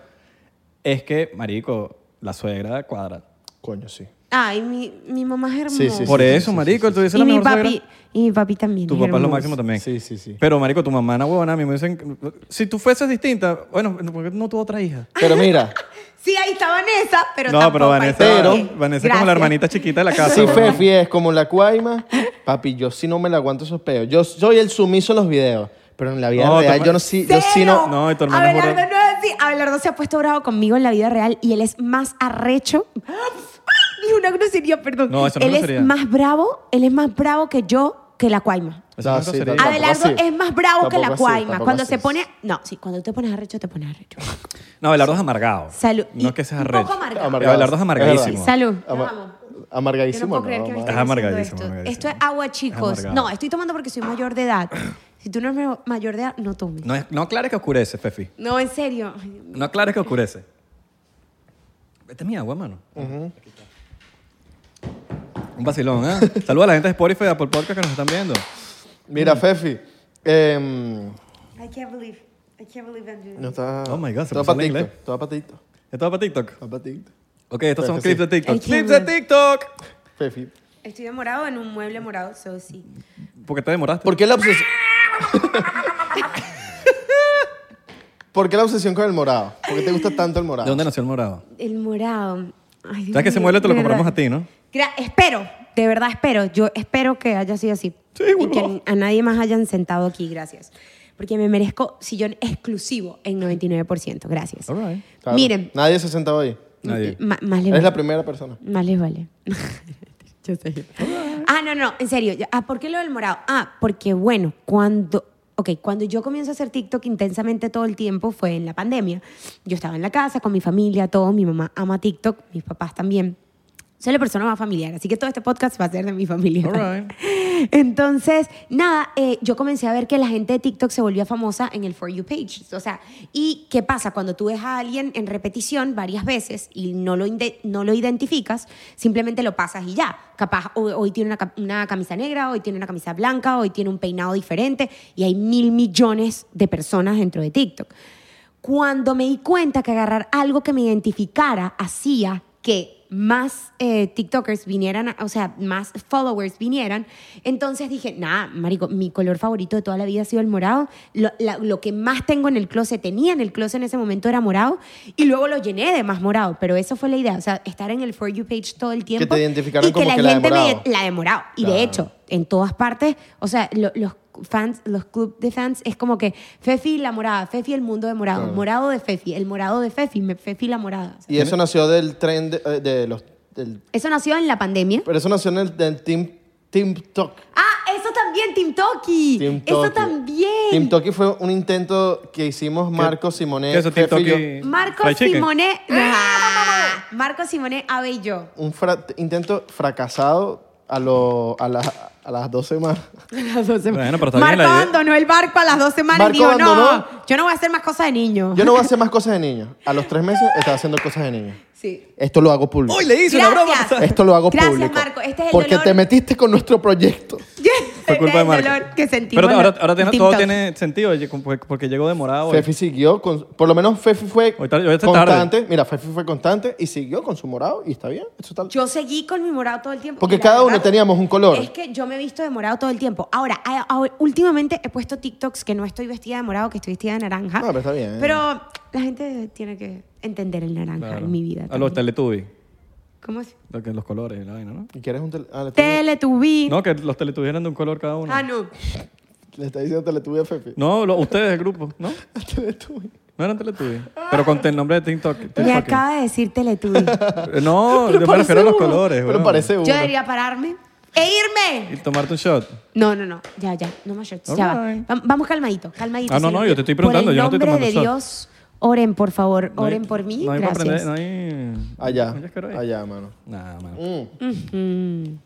S3: es que, marico, la suegra cuadra.
S2: Coño, sí.
S1: Ay, mi, mi mamá es hermosa.
S2: Sí, sí,
S3: Por
S2: sí,
S3: eso, marico, tú dices
S1: Y
S3: la
S1: mi
S3: mejor
S1: papi,
S3: suegra.
S1: y mi papi también.
S3: Tu
S1: es
S3: papá es lo
S1: hermoso.
S3: máximo también.
S2: Sí, sí, sí.
S3: Pero, marico, tu mamá, una huevona, a mí me dicen... Si tú fueses distinta, bueno, ¿por qué no tuvo otra hija?
S2: Pero mira,
S1: Sí, ahí está Vanessa, pero
S3: no,
S1: tampoco
S3: pero
S1: ahí
S3: Vanessa,
S1: está.
S2: Pero-
S1: Sí.
S3: Vanessa es como la
S1: Gracias.
S3: hermanita chiquita de la casa.
S2: si
S3: huevón.
S2: Fefi es como la Cuaima, papi, yo sí no me la aguanto esos peos. Yo soy el sumiso en los videos, pero en la vida
S3: No,
S2: real
S3: tu
S2: yo no
S3: herma-
S2: sí, yo
S1: Cero.
S2: sí no.
S3: No, y tu hermana es
S1: Abelardo,
S3: burda.
S1: no es así. Abelardo se ha puesto bravo conmigo en la vida real y él es más arrecho. Dije una grosería, perdón.
S3: No, eso no es
S1: él
S3: grosería.
S1: es más bravo, él es más bravo que yo, que la cuaima.
S3: Eso no es
S2: No, sí,
S3: grosería.
S2: tampoco.
S1: Abelardo
S2: así.
S1: es más bravo que
S2: Tampoco
S1: la
S2: así,
S1: cuaima.
S2: tampoco
S1: cuando
S2: así.
S1: se pone. No, sí, cuando te pones arrecho, te pones arrecho.
S3: No, Abelardo es amargado.
S1: Salud.
S3: No
S1: Y
S3: es que seas
S1: un
S3: arrecho.
S1: poco amargado.
S2: Amargado.
S3: Abelardo es amargadísimo.
S2: Es verdad.
S1: Salud.
S2: Ama-
S1: Los amo. Yo no
S2: amargadísimo,
S1: puedo creer que me
S2: no,
S1: estén
S2: ama-
S1: haciendo
S3: amargadísimo,
S1: esto.
S3: amargadísimo.
S1: Esto es agua, chicos.
S3: Amargado.
S1: No, estoy tomando porque soy mayor de edad. Si tú no eres mayor de edad, no tomes. No,
S3: No, es- no aclares que oscurece, Fefi.
S1: en serio. Ay, Dios mío.
S3: No aclares que oscurece. Esta es mi agua, mano. Aquí está. Un vacilón, ¿eh? Saluda a la gente de Spotify y Apple Podcast que nos están viendo.
S2: Mira, Fefi, em,
S1: I can't believe. I can't believe I'm doing
S2: no está.
S3: Oh my God, se
S2: todo
S3: puso en
S2: patito,
S3: inglés.
S2: todo patito,
S3: ¿Esto va para TikTok?
S2: todo patito.
S3: Ok, estos son
S2: Creo que
S3: clips de TikTok.
S1: Ay, qué
S3: ¡Clips de
S1: bueno.
S3: TikTok!
S2: Fefi,
S1: Estoy de morado en un mueble morado, so sí.
S3: ¿Por qué te demoraste?
S2: ¿por qué la obsesión? ¿Por qué la obsesión con el morado? ¿Por qué te gusta tanto el
S3: ¿De
S2: morado?
S3: dónde nació el morado?
S1: El morado. Ay, Dios
S3: ¿Sabes que ese
S1: mío,
S3: mueble te lo
S1: de
S3: compramos
S1: verdad.
S3: a ti, no?
S1: Gra- espero, de verdad espero. Yo espero que haya sido así.
S3: Sí,
S1: y
S3: huevón.
S1: que a nadie más hayan sentado aquí, gracias. Porque me merezco sillón exclusivo en 99%, gracias.
S3: All right.
S2: Claro.
S1: Miren,
S2: Nadie se ha sentado ahí.
S3: Nadie.
S1: ma- más les
S2: Eres la
S1: vale.
S2: primera persona.
S1: Más les vale. Yo sé. Ah, no, no, en serio. Yo- Ah, ¿por qué lo del morado? Ah, porque bueno, cuando... Ok, cuando yo comienzo a hacer TikTok intensamente todo el tiempo fue en la pandemia. Yo estaba en la casa con mi familia, todo. Mi mamá ama TikTok, mis papás también. Soy la persona más familiar, así que todo este podcast va a ser de mi familia.
S3: All right.
S1: Entonces, nada, eh, yo comencé a ver que la gente de TikTok se volvía famosa en el For You page. O sea, ¿y qué pasa? Cuando tú ves a alguien en repetición varias veces y no lo, inde- no lo identificas, simplemente lo pasas y ya. Capaz ho- hoy, tiene una, ca- una camisa negra, hoy tiene una camisa blanca, hoy tiene un peinado diferente y hay mil millones de personas dentro de TikTok. Cuando me di cuenta que agarrar algo que me identificara hacía que más eh, TikTokers vinieran, a- o sea, más followers vinieran, entonces dije, nada, marico, mi color favorito de toda la vida ha sido el morado. Lo, la- lo que más tengo en el closet, tenía en el closet en ese momento era morado y luego lo llené de más morado, pero eso fue la idea, o sea, estar en el For You page todo el tiempo
S2: te identificaran
S1: y
S2: como
S1: que la
S2: que la de
S1: gente
S2: morado.
S1: me la de morado. Y de hecho, en todas partes, o sea, lo- los fans, los club de fans, es como que Fefi la morada, Fefi el mundo de morado, morado de Fefi, el morado de Fefi, me- Fefi la morada. O sea,
S2: Y eso nació del tren de, eh, de los. del-
S1: eso nació en la pandemia.
S2: pero eso nació en el, del Team, team Talk.
S1: Ah, eso también, Team Toki.
S2: Team
S1: Eso
S2: Toki.
S1: también.
S2: Team Toki fue un intento que hicimos Marco Simonet,
S3: ¿Qué es eso, Team
S2: jefe y yo.
S3: Toki?
S1: Marco
S3: Fried chicken.
S2: Ah,
S1: Simone. Ah, Marco Simone, Abe y yo.
S2: Un fra- intento fracasado a, lo- a, las- a las dos semanas.
S1: Las dos semanas.
S3: Bueno, pero está bien
S1: Marco
S3: la idea.
S1: abandonó el barco a las dos semanas
S2: Marco
S1: y dijo,
S2: abandonó.
S1: no, yo no voy a hacer más cosas de niño.
S2: Yo no voy a hacer más cosas de niño. A los tres meses estaba haciendo cosas de niño.
S1: Sí.
S2: Esto lo hago público.
S3: ¡Uy, le hice una broma!
S1: Gracias.
S2: Esto lo hago
S1: Gracias,
S2: público.
S1: Marco. Este es el
S2: Porque
S1: dolor.
S2: te metiste con nuestro proyecto.
S3: Fue culpa
S1: Este
S3: de
S1: El
S3: Marco.
S1: dolor que sentimos
S3: Pero ahora,
S1: en-
S3: ahora
S1: en
S3: tiene-
S1: Team
S3: todo
S1: Toki.
S3: tiene sentido oye, con- porque- porque llegó demorado. hoy.
S2: Fefi siguió con. Por lo menos Fefi fue
S3: Ah, Hoy tarde- hoy está tarde.
S2: constante. Mira, Fefi fue constante y siguió con su morado y está bien. Eso está-
S1: Yo seguí con mi morado todo el tiempo.
S2: Porque
S1: y la
S2: cada uno
S1: verdad
S2: teníamos un color.
S1: Es que yo me he visto de morado todo el tiempo. Ahora, a- ahora- últimamente he puesto TikToks que no estoy vestida de morado, que estoy vestida de naranja.
S3: Ah,
S2: No, Ah, pero está bien.
S1: Pero la gente tiene que entender el naranja
S3: Claro. Ah,
S1: en mi vida.
S3: A los
S1: también.
S3: Teletubbies.
S1: ¿Cómo es?
S3: Lo que- Los colores, la vaina, ¿no?
S2: ¿Y quieres un tele- ah, le, está-
S1: Teletubby.
S3: No, que los Teletubbies eran de un color cada uno.
S1: Ah, no.
S2: le está diciendo Teletubby a Fefi.
S3: No, lo- ustedes, el grupo, ¿no?
S2: Teletubby.
S3: No eran Teletubbies. Pero con el nombre de TikTok. Eh,
S1: Me acaba de decir Teletubby.
S3: No,
S1: Pero
S3: yo me refiero a los
S1: parece uno.
S3: colores,
S2: Pero
S3: weón.
S2: parece uno.
S1: yo debería pararme e irme.
S3: Y tomarte un shot.
S1: No, no, no. Ya, ya. No más shots. Ya va.
S3: Alright.
S1: Vam- Vamos calmadito, calmadito.
S3: Ah, no,
S1: se
S3: no,
S1: lo
S3: yo te estoy
S1: pido.
S3: preguntando, yo no estoy
S1: Por el
S3: tomando
S1: nombre de
S3: shot.
S1: Dios, oren, por favor.
S3: No hay-
S1: Oren por mí.
S3: No hay
S1: Gracias.
S3: para aprender, no hay...
S2: Allá.
S3: Coño, es que era ahí.
S2: Allá, mano.
S3: Nah, mano.
S1: Ujú.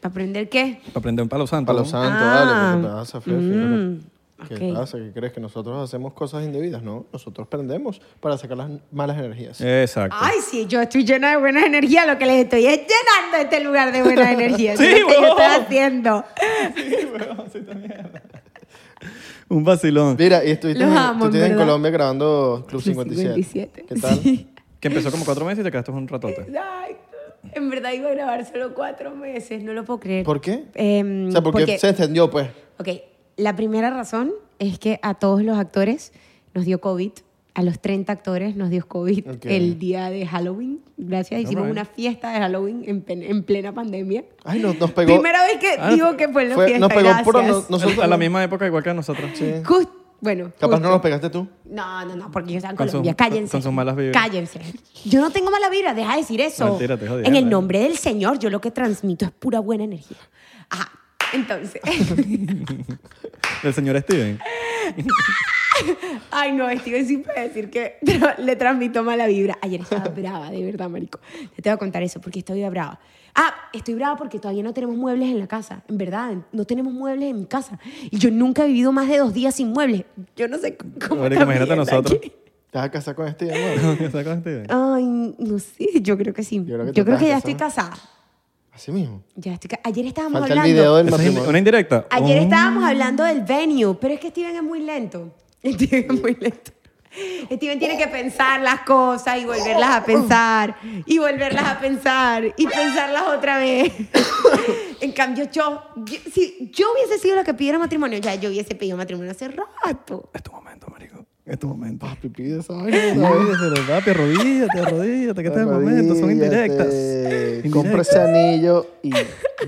S1: ¿Para aprender qué?
S3: Para aprender un palo santo.
S2: Mm. Palo
S3: ¿no?
S2: santo,
S1: Ah.
S2: dale, ¿qué te pasa, Fefi?
S1: Mm,
S2: ¿Qué
S1: ok.
S2: pasa? ¿Qué crees? ¿Que nosotros hacemos cosas indebidas? No, nosotros prendemos para sacar las malas energías.
S3: Eh. Exacto.
S1: Ay, sí, yo estoy llena de buena energía. Lo que les estoy es llenando este lugar de buena energía. Eso
S3: Sí,
S1: es lo que yo
S3: huevón.
S1: estoy haciendo.
S3: Un vacilón.
S2: Mira, y estuviste,
S1: Los
S2: en,
S1: amo,
S2: tú estuviste en
S1: ¿verdad?
S2: Colombia grabando Club 57.
S1: 57.
S2: ¿Qué tal?
S1: Sí.
S3: Que empezó como cuatro meses y te quedaste un ratote.
S1: Exacto. En verdad iba a grabar solo cuatro meses. No lo puedo creer.
S2: ¿Por qué?
S1: Em,
S2: o sea, porque,
S1: porque-
S2: se extendió, pues.
S1: Ok, la primera razón es que a todos los actores nos dio COVID. A los 30 actores nos dio COVID
S2: Ok.
S1: el día de Halloween. Gracias, hicimos
S3: Alright.
S1: una fiesta de Halloween en, pen- en plena pandemia.
S2: Ay, nos, nos pegó.
S1: Primera vez que
S3: Ah,
S1: digo que fue la
S2: fue-
S1: fiesta,
S2: nos pegó puro
S1: gracias.
S2: no- Nosotros-
S3: A la misma época, igual que a nosotros.
S2: Sí.
S1: Just- bueno.
S2: Capaz
S1: justo.
S2: no nos pegaste tú.
S1: No, no, no, porque yo estaba en
S3: Con sus-
S1: Colombia. Cállense.
S3: con sus malas vibras.
S1: Cállense. Yo no tengo mala vibra, deja de decir eso.
S3: Mentira, te jodí,
S1: En el
S3: ¿verdad?
S1: nombre del Señor, yo lo que transmito es pura buena energía. Ajá, entonces.
S3: Del señor Steven.
S1: Ay, no, Steven sí puede decir que tra- le transmito mala vibra. Ayer estaba brava, de verdad, marico. Te voy a contar eso, porque estoy brava. Ah, estoy brava porque todavía no tenemos muebles en la casa. En verdad, no tenemos muebles en mi casa. Y yo nunca he vivido más de dos días sin muebles. Yo no sé c- cómo
S3: Marico,
S1: están
S3: imagínate
S1: viviendo
S3: nosotros.
S1: aquí.
S2: ¿Te vas a casar con este nuevo?
S3: ¿Sabes con Steven?
S2: Ah,
S1: Ay, no sé, yo creo que sí. Yo creo que,
S2: te estás
S1: ya
S2: casando.
S1: estoy casada.
S2: Así mismo.
S1: Ya estoy ca- Ayer estábamos
S2: Falta el
S1: hablando.
S2: video del
S3: Esa es
S2: matrimonio.
S3: indi- una indirecta.
S1: Ayer
S3: Oh.
S1: estábamos hablando del venue, pero es que Steven es muy lento. Steven es muy lento. Steven tiene que pensar las cosas y volverlas a pensar y volverlas a pensar y pensarlas otra vez. en cambio, yo, yo- si yo hubiese sido la que pidiera matrimonio, ya yo hubiese pedido matrimonio hace rato.
S3: Es tu momento, marico. Es tu momento.
S2: Papi, pide esa vaina.
S3: Arrodíllate, papi, arrodíllate, arrodíllate, que este es el momento, son indirectas.
S2: Arrodíllate,
S3: Indirectas.
S2: Compra ese este, anillo y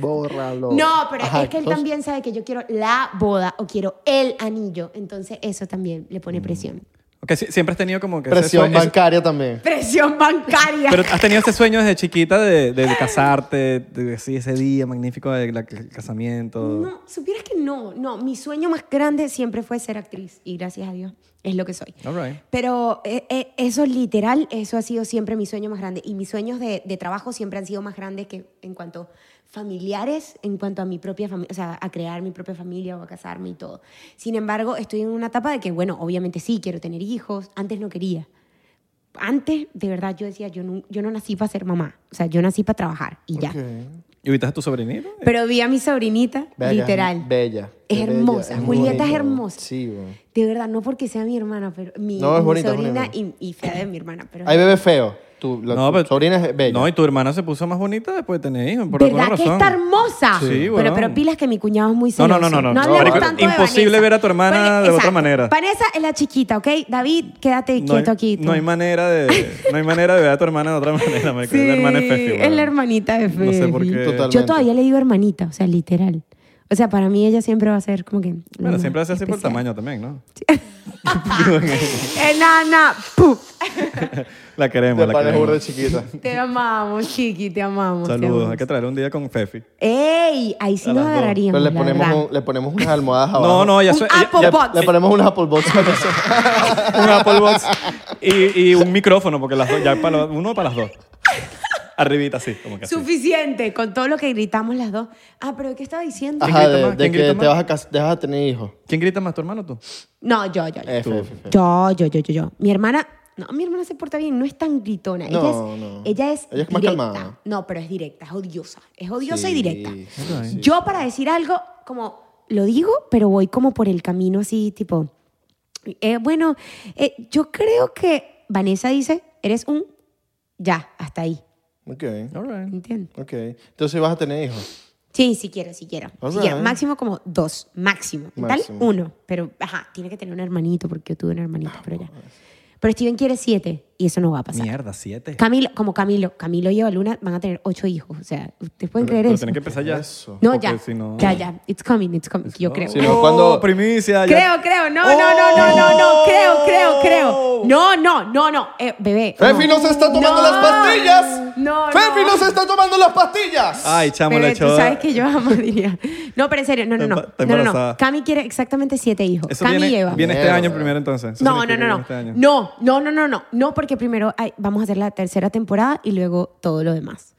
S2: bórralo.
S1: No, pero
S2: Ajá,
S1: es que él
S2: entonces-
S1: también sabe que yo quiero la boda o quiero el anillo, entonces eso también le
S2: Mm.
S1: pone presión.
S3: Ok, sí, siempre has tenido como que... ese
S2: Presión
S3: sue- ese-
S2: bancaria también.
S1: Presión bancaria.
S3: Pero has tenido ese sueño desde chiquita de, de casarte, de, sí, ese día magnífico del casamiento.
S1: No, supieras que no, no. Mi sueño más grande siempre fue ser actriz y gracias a Dios es lo que soy.
S3: All right.
S1: Pero eh, eh, eso literal, eso ha sido siempre mi sueño más grande y mis sueños de, de trabajo siempre han sido más grandes que en cuanto familiares, en cuanto a mi propia familia, o sea, a crear mi propia familia o a casarme y todo. Sin embargo, estoy en una etapa de que, bueno, obviamente sí, quiero tener hijos, antes no quería antes, de verdad, yo decía, yo no, yo no nací para ser mamá. O sea, yo nací para trabajar y ya.
S2: Ok.
S3: ¿Y ahorita es tu sobrinito?
S1: Pero vi a mi sobrinita,
S2: Bella,
S1: literal.
S2: Bella.
S1: Es
S2: bella,
S1: hermosa.
S2: muy
S1: Julieta es
S2: bonita.
S1: hermosa.
S2: Sí, güey.
S1: De verdad, no porque sea mi hermana, pero mi,
S2: No, es
S1: mi
S2: bonita, es
S1: sobrina
S2: bonita.
S1: y, y fea de mi hermana. Pero
S2: Hay bebé feo. Tu, la, tu sobrina es bella.
S3: pues, No, y tu hermana se puso más bonita después de tener hijos, por
S1: ¿Verdad
S3: alguna
S1: que
S3: razón.
S1: está hermosa?
S3: Sí,
S1: pero,
S3: weón.
S1: pero pilas que mi cuñado es muy
S3: No, no,
S1: celoso.
S3: no, no, no, no,
S1: hablemos
S2: marico,
S1: tanto de
S3: imposible
S1: Vanessa.
S3: ver a tu hermana de otra
S1: exacto.
S3: manera.
S1: Vanessa es la chiquita, ¿ok? David, quédate
S3: No hay,
S1: quieto aquí. tú.
S3: no hay manera de no hay manera de ver a tu hermana de otra manera, marico.
S1: Sí,
S3: la hermana es Fefi,
S1: es
S3: weón.
S1: la hermanita de Fefi.
S3: No sé por qué.
S2: Totalmente.
S1: Yo todavía le digo hermanita, o sea, literal. O sea, para mí ella siempre va a ser como que... la
S3: Bueno,
S1: más
S3: siempre hace así por el
S1: especial.
S3: tamaño también, ¿no?
S1: Enana, pu.
S3: La queremos,
S2: De
S3: la
S2: panes burda
S3: queremos.
S2: chiquita.
S1: Te amamos, chiqui, te amamos. te
S3: Saludos,
S1: amamos.
S3: hay que traer un día con Fefi.
S1: ¡Ey! Ahí sí
S3: A
S1: nos
S3: las dos.
S1: agarraríamos.
S2: Pero le
S1: la verdad.
S2: ponemos, un- le ponemos unas almohadas abajo.
S3: No, no, ya
S1: Un
S3: soy.
S1: Apple
S2: Le,
S1: Box.
S2: le ponemos unas Apple Box.
S3: un Apple Box y, y un micrófono, porque las dos, ya para los- uno para las dos. Arribita, así, como que así.
S1: Suficiente con todo lo que gritamos las dos. Ah, pero ¿qué estaba diciendo?
S2: Ajá,
S3: grita
S2: de,
S3: más?
S2: de
S3: ¿Quién
S2: que
S3: grita
S2: te
S3: más?
S2: vas a, cas- te vas a tener hijos.
S3: ¿Quién grita más, tu hermano o tú?
S1: No, yo, yo, yo.
S2: F, F, F.
S1: Yo, yo, yo, yo, yo. Mi hermana, no, mi hermana se porta bien, no es tan gritona. ella
S2: No,
S1: es,
S2: no.
S1: Ella es,
S2: Ella es más
S1: directa.
S2: calmada.
S1: No, pero es directa, es odiosa. Es odiosa
S2: Sí,
S1: y directa.
S2: sí,
S1: Yo para decir algo, como lo digo, pero voy como por el camino así, tipo, eh, bueno, eh, yo creo que Vanessa dice, eres un ya, hasta ahí.
S2: Ok,
S3: All right.
S1: ¿Entiendes?
S2: ok. Entonces vas a tener hijos.
S1: Sí, sí quiero, sí quiero.
S2: O
S1: Sí
S2: sea,
S1: quiero.
S2: ¿eh?
S1: Máximo como dos, máximo. En
S2: Máximo.
S1: Tal uno, pero ajá, tiene que tener un hermanito porque yo tuve un hermanito,
S2: Ah,
S1: pero ya. Pero Steven quiere siete y eso no va a pasar.
S3: Mierda, siete.
S1: Camilo, como Camilo, Camilo y Luna van a tener ocho hijos, o sea, ustedes pueden creer
S3: Pero
S1: eso.
S3: tienen que empezar ya.
S2: Eso.
S1: No,
S3: porque
S1: ya,
S3: si no-
S1: ya, ya, it's coming, it's coming, yo creo.
S2: Si no, cuando-
S3: Primicia. ya-
S1: Creo, creo, no, no, no, no, no, no,
S2: Oh.
S1: creo, creo, creo.
S3: ¡Oh!
S1: No, no, no, no, eh, bebé.
S2: ¡Fefi no se está tomando las pastillas!
S1: No, no.
S2: ¡Fefi no se está tomando las pastillas!
S3: Ay, chamo, le
S1: Bebé,
S3: echó.
S1: tú sabes que yo amo, diría. No, pero en serio, no, no, no.
S3: Está empa- está
S1: No, no, no.
S3: embarazada.
S1: Cami quiere exactamente siete hijos.
S3: Eso
S1: Cami
S3: viene,
S1: lleva.
S3: viene este
S2: Mierda.
S3: año primero, entonces. Eso
S1: No, no,
S3: significa
S1: no,
S3: que
S1: no.
S3: viene este año.
S1: No, no, no, no, no. No, porque primero ay, vamos a hacer la tercera temporada y luego todo lo demás.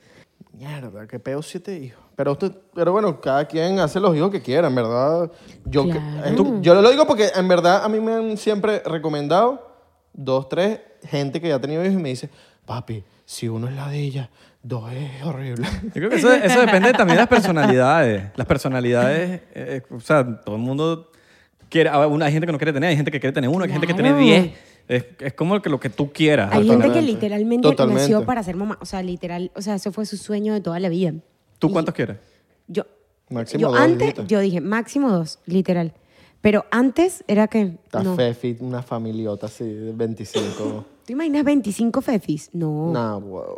S2: Mierda, qué peo siete hijos. Pero, usted, pero bueno, cada quien hace los hijos que quiera, en verdad. Yo, que-
S1: Claro.
S2: eh, tú- yo lo digo porque en verdad a mí me han siempre recomendado dos, tres gente que ya ha tenido hijos y me dice, papi, si uno es ladilla, dos es horrible.
S3: Yo creo que eso, eso depende también de las personalidades. Las personalidades, eh, o sea, todo el mundo quiere. a ver, una- Hay gente que no quiere tener, hay gente que quiere tener uno, hay gente que tiene
S1: Claro.
S3: diez. Es, es como que lo que tú quieras.
S1: Hay gente que
S2: Totalmente.
S1: literalmente
S2: Totalmente.
S1: nació para ser mamá. O sea, literal, o sea, eso fue su sueño de toda la vida.
S3: ¿Tú cuántos quieres?
S1: Yo,
S2: Máximo
S1: yo
S2: dos,
S1: antes,
S2: hijita.
S1: yo dije máximo dos, literal. Pero antes era que.
S2: Está
S1: no.
S2: Fefi, una familiota así de 25.
S1: ¿Tú imaginas 25 fefis? No.
S2: nah, wow.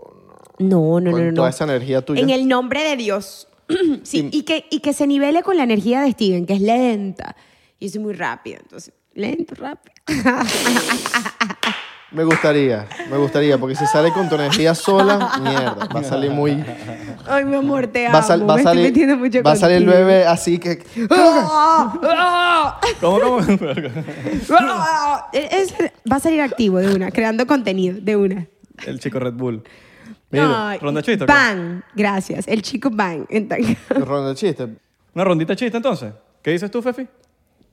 S1: No, no,
S2: Con
S1: no, no. no.
S2: toda esa energía tuya.
S1: En el nombre de Dios. sí, y, que, y que se nivele con la energía de Steven, que es lenta. Y yo soy muy rápida, entonces, lento, rápido.
S2: Me gustaría, me gustaría, porque si sale con tu energía sola, mierda, va a salir muy...
S1: Ay, mi amor, te amo.
S2: Va a, sal- va a
S1: me estoy
S2: salir,
S1: metiendo mucho
S2: va a salir el
S1: contigo.
S2: bebé así que...
S1: ¡Ah! ¡Ah!
S3: ¿Cómo, cómo?
S1: ¡Ah! Es- va a salir activo de una, creando contenido de una.
S3: el chico Red Bull.
S2: Mira,
S1: Ay,
S3: ronda chiste, ¿o qué?
S1: Bang, gracias. El chico bang. Entonces,
S2: Ronda de chiste.
S3: Una rondita de chiste, entonces. ¿Qué dices tú, Fefi?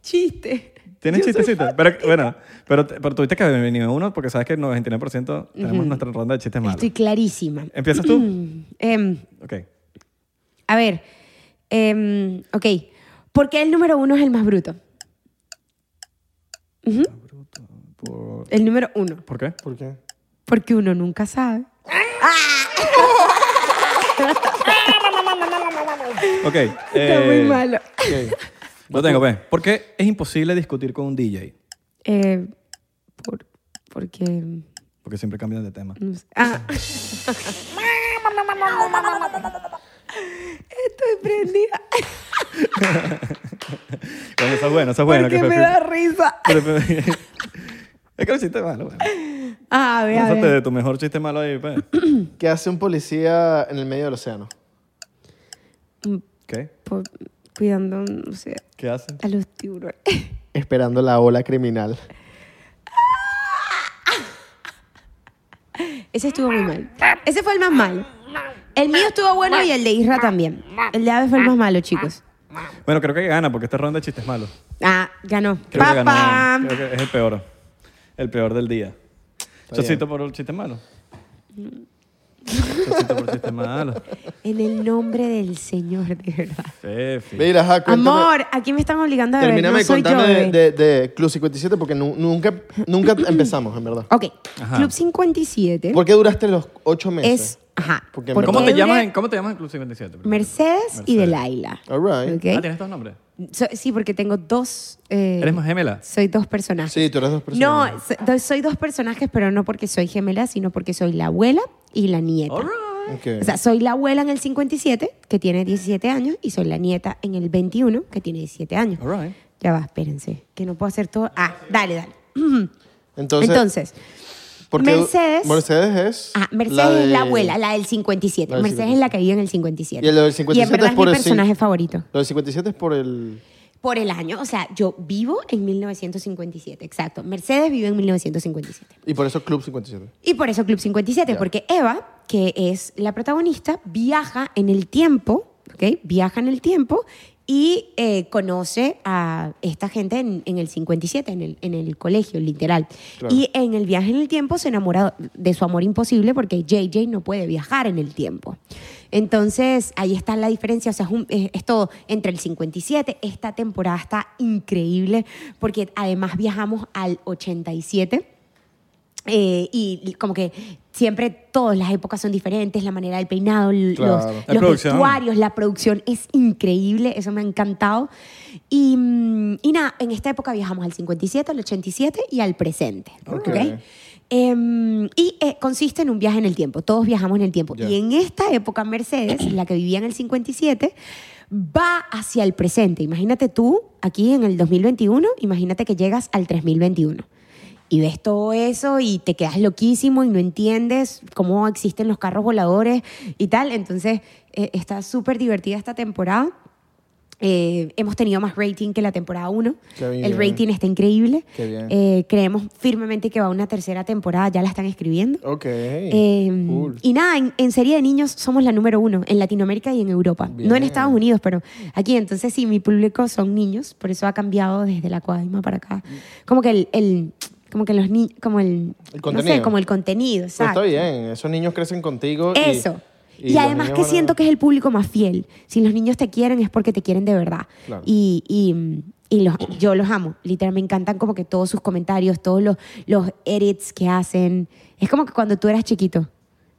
S1: chiste.
S3: ¿Tienes
S1: Yo soy
S3: chistecitos? Pero, bueno, pero, pero tuviste que haber venido uno porque sabes que el 99% tenemos nuestra ronda de chistes malos.
S1: Estoy clarísima.
S3: ¿Empiezas tú?
S1: Em,
S3: ok.
S1: a ver. em, ok. ¿Por qué el número uno es el más bruto? Ujú. El número uno.
S3: ¿Por qué?
S2: ¿Por qué?
S1: Porque uno nunca sabe.
S3: Ok.
S1: Está
S3: eh,
S1: muy malo.
S2: Ok.
S3: Lo tengo, ven. ¿Por qué es imposible discutir con un DJ?
S1: Eh, por- porque.
S3: Porque siempre cambian de tema.
S1: No sé. Ah. Estoy prendida.
S3: Bueno, eso es bueno, eso es bueno.
S1: porque
S3: que
S1: me
S3: Fefi-
S1: da risa.
S3: Pero- pero- es que el chiste es malo. Bueno.
S1: Ah, a ver, a
S3: Lánzate
S1: ver.
S3: de tu mejor chiste malo ahí, pues.
S2: ¿Qué hace un policía en el medio del océano?
S3: ¿Qué?
S1: Por- cuidando, no sé,
S3: ¿Qué hacen?
S1: a los tiburones.
S2: Esperando la ola criminal.
S1: Ese estuvo muy mal. Ese fue el más mal. El mío estuvo bueno y el de Isra también. El de Ave fue el más malo, chicos.
S3: Bueno, creo que gana porque esta ronda de chistes malos.
S1: Ah, ganó.
S3: Creo que
S1: Papá.
S3: ganó. Creo que es el peor. El peor del día.
S2: bien.
S3: Chocito por el chiste malo. Chocito por el chiste malo.
S1: En el nombre del Señor, de verdad.
S3: Fefi.
S2: Mira, ajá, Ah, cuéntame.
S1: Amor, aquí me están obligando a beber.
S2: Termíname
S1: no
S2: de
S1: soy yo,
S2: contarme
S1: bebé.
S2: de, de, de Club 57 porque nu- nunca, nunca empezamos, en verdad.
S1: Ok,
S3: Ajá.
S1: Club 57
S2: ¿Por qué duraste los ocho meses?
S1: es... Ajá.
S2: Porque en
S1: ¿Por
S3: ¿Cómo
S1: qué
S3: te,
S1: dura-
S3: llamas en, ¿Cómo te llamas en Club 57?
S1: Mercedes, y
S3: Mercedes.
S1: Delaila.
S2: All right.
S1: ¿Ok?
S3: Ah, ¿tienes dos nombres?
S1: So- sí, porque tengo dos... eh,
S3: ¿Eres más gemela?
S1: Soy dos personajes.
S2: Sí, tú eres dos personas.
S1: No, so- do- soy dos personajes, pero no porque soy gemela, sino porque soy la abuela y la nieta.
S3: All right.
S2: Ok.
S1: O sea, soy la abuela en el 57, que tiene 17 años, y soy la nieta en el 21, que tiene 17 años.
S3: All right.
S1: Ya va, espérense, que no puedo hacer todo. Ah, dale, dale.
S2: Entonces,
S1: Entonces,
S2: porque
S1: Mercedes-
S2: Mercedes es.
S1: ah, Mercedes
S2: de-
S1: es la abuela, la del 57.
S2: La del
S1: Mercedes es la que vive en el 57.
S2: Y el del
S1: en
S2: 57
S1: verdad
S2: es por
S1: mi
S2: el cin-
S1: personaje favorito.
S2: Lo del 57 es por el.
S1: Por el año, o sea, yo vivo en 1957, exacto. Mercedes vive en 1957.
S2: Y por eso Club 57.
S1: Y por eso Club 57,
S2: Ya.
S1: porque Eva, que es la protagonista, viaja en el tiempo, ¿ok? Viaja en el tiempo y eh, conoce a esta gente en, en el 57, en el, en el colegio, literal.
S2: Claro.
S1: Y en el viaje en el tiempo se enamora de su amor imposible porque JJ no puede viajar en el tiempo. Entonces, ahí está la diferencia, o sea, es, un- es- es todo entre el 57, esta temporada está increíble porque además viajamos al 87. Eh, y como que siempre todas las épocas son diferentes, la manera del peinado, l-
S2: Claro.
S1: los,
S3: La
S1: los
S3: producción.
S1: vestuarios, la producción es increíble, eso me ha encantado. Y, mm, y nada, en esta época viajamos al 57, al 87 y al presente.
S2: Ok.
S1: ¿ok? Em, y eh, consiste en un viaje en el tiempo, todos viajamos en el tiempo.
S2: Ya.
S1: Y en esta época Mercedes, la que vivía en el 57, va hacia el presente. Imagínate tú, aquí en el 2021, imagínate que llegas al 3021 y ves todo eso y te quedas loquísimo y no entiendes cómo existen los carros voladores y tal. Entonces, eh, está súper divertida esta temporada. Eh, hemos tenido más rating que la temporada 1.
S2: Qué bien.
S1: El rating está increíble.
S2: Qué bien.
S1: Eh, creemos firmemente que va una tercera temporada, ya la están escribiendo.
S2: Ok.
S1: Eh,
S2: cool.
S1: Y nada, en, en serie de niños somos la número uno en Latinoamérica y en Europa. No
S2: Bien.
S1: en Estados Unidos, pero aquí. Entonces, sí, mi público son niños, por eso ha cambiado desde la cuadrima para acá. Como que el. el- como que los niños. Como el.
S2: Mm. El
S1: no
S2: contenido.
S1: sé, como el contenido.
S2: Pero
S1: exacto.
S2: está bien, esos niños crecen contigo. y-
S1: Eso. Y,
S2: los
S1: además
S2: niños
S1: que
S2: van a-
S1: siento que es el público más fiel. Si los niños te quieren es porque te quieren de verdad.
S2: Claro.
S1: Y, y- y los, yo los amo. Literalmente me encantan como que todos sus comentarios, todos los, los edits que hacen. Es como que cuando tú eras chiquito.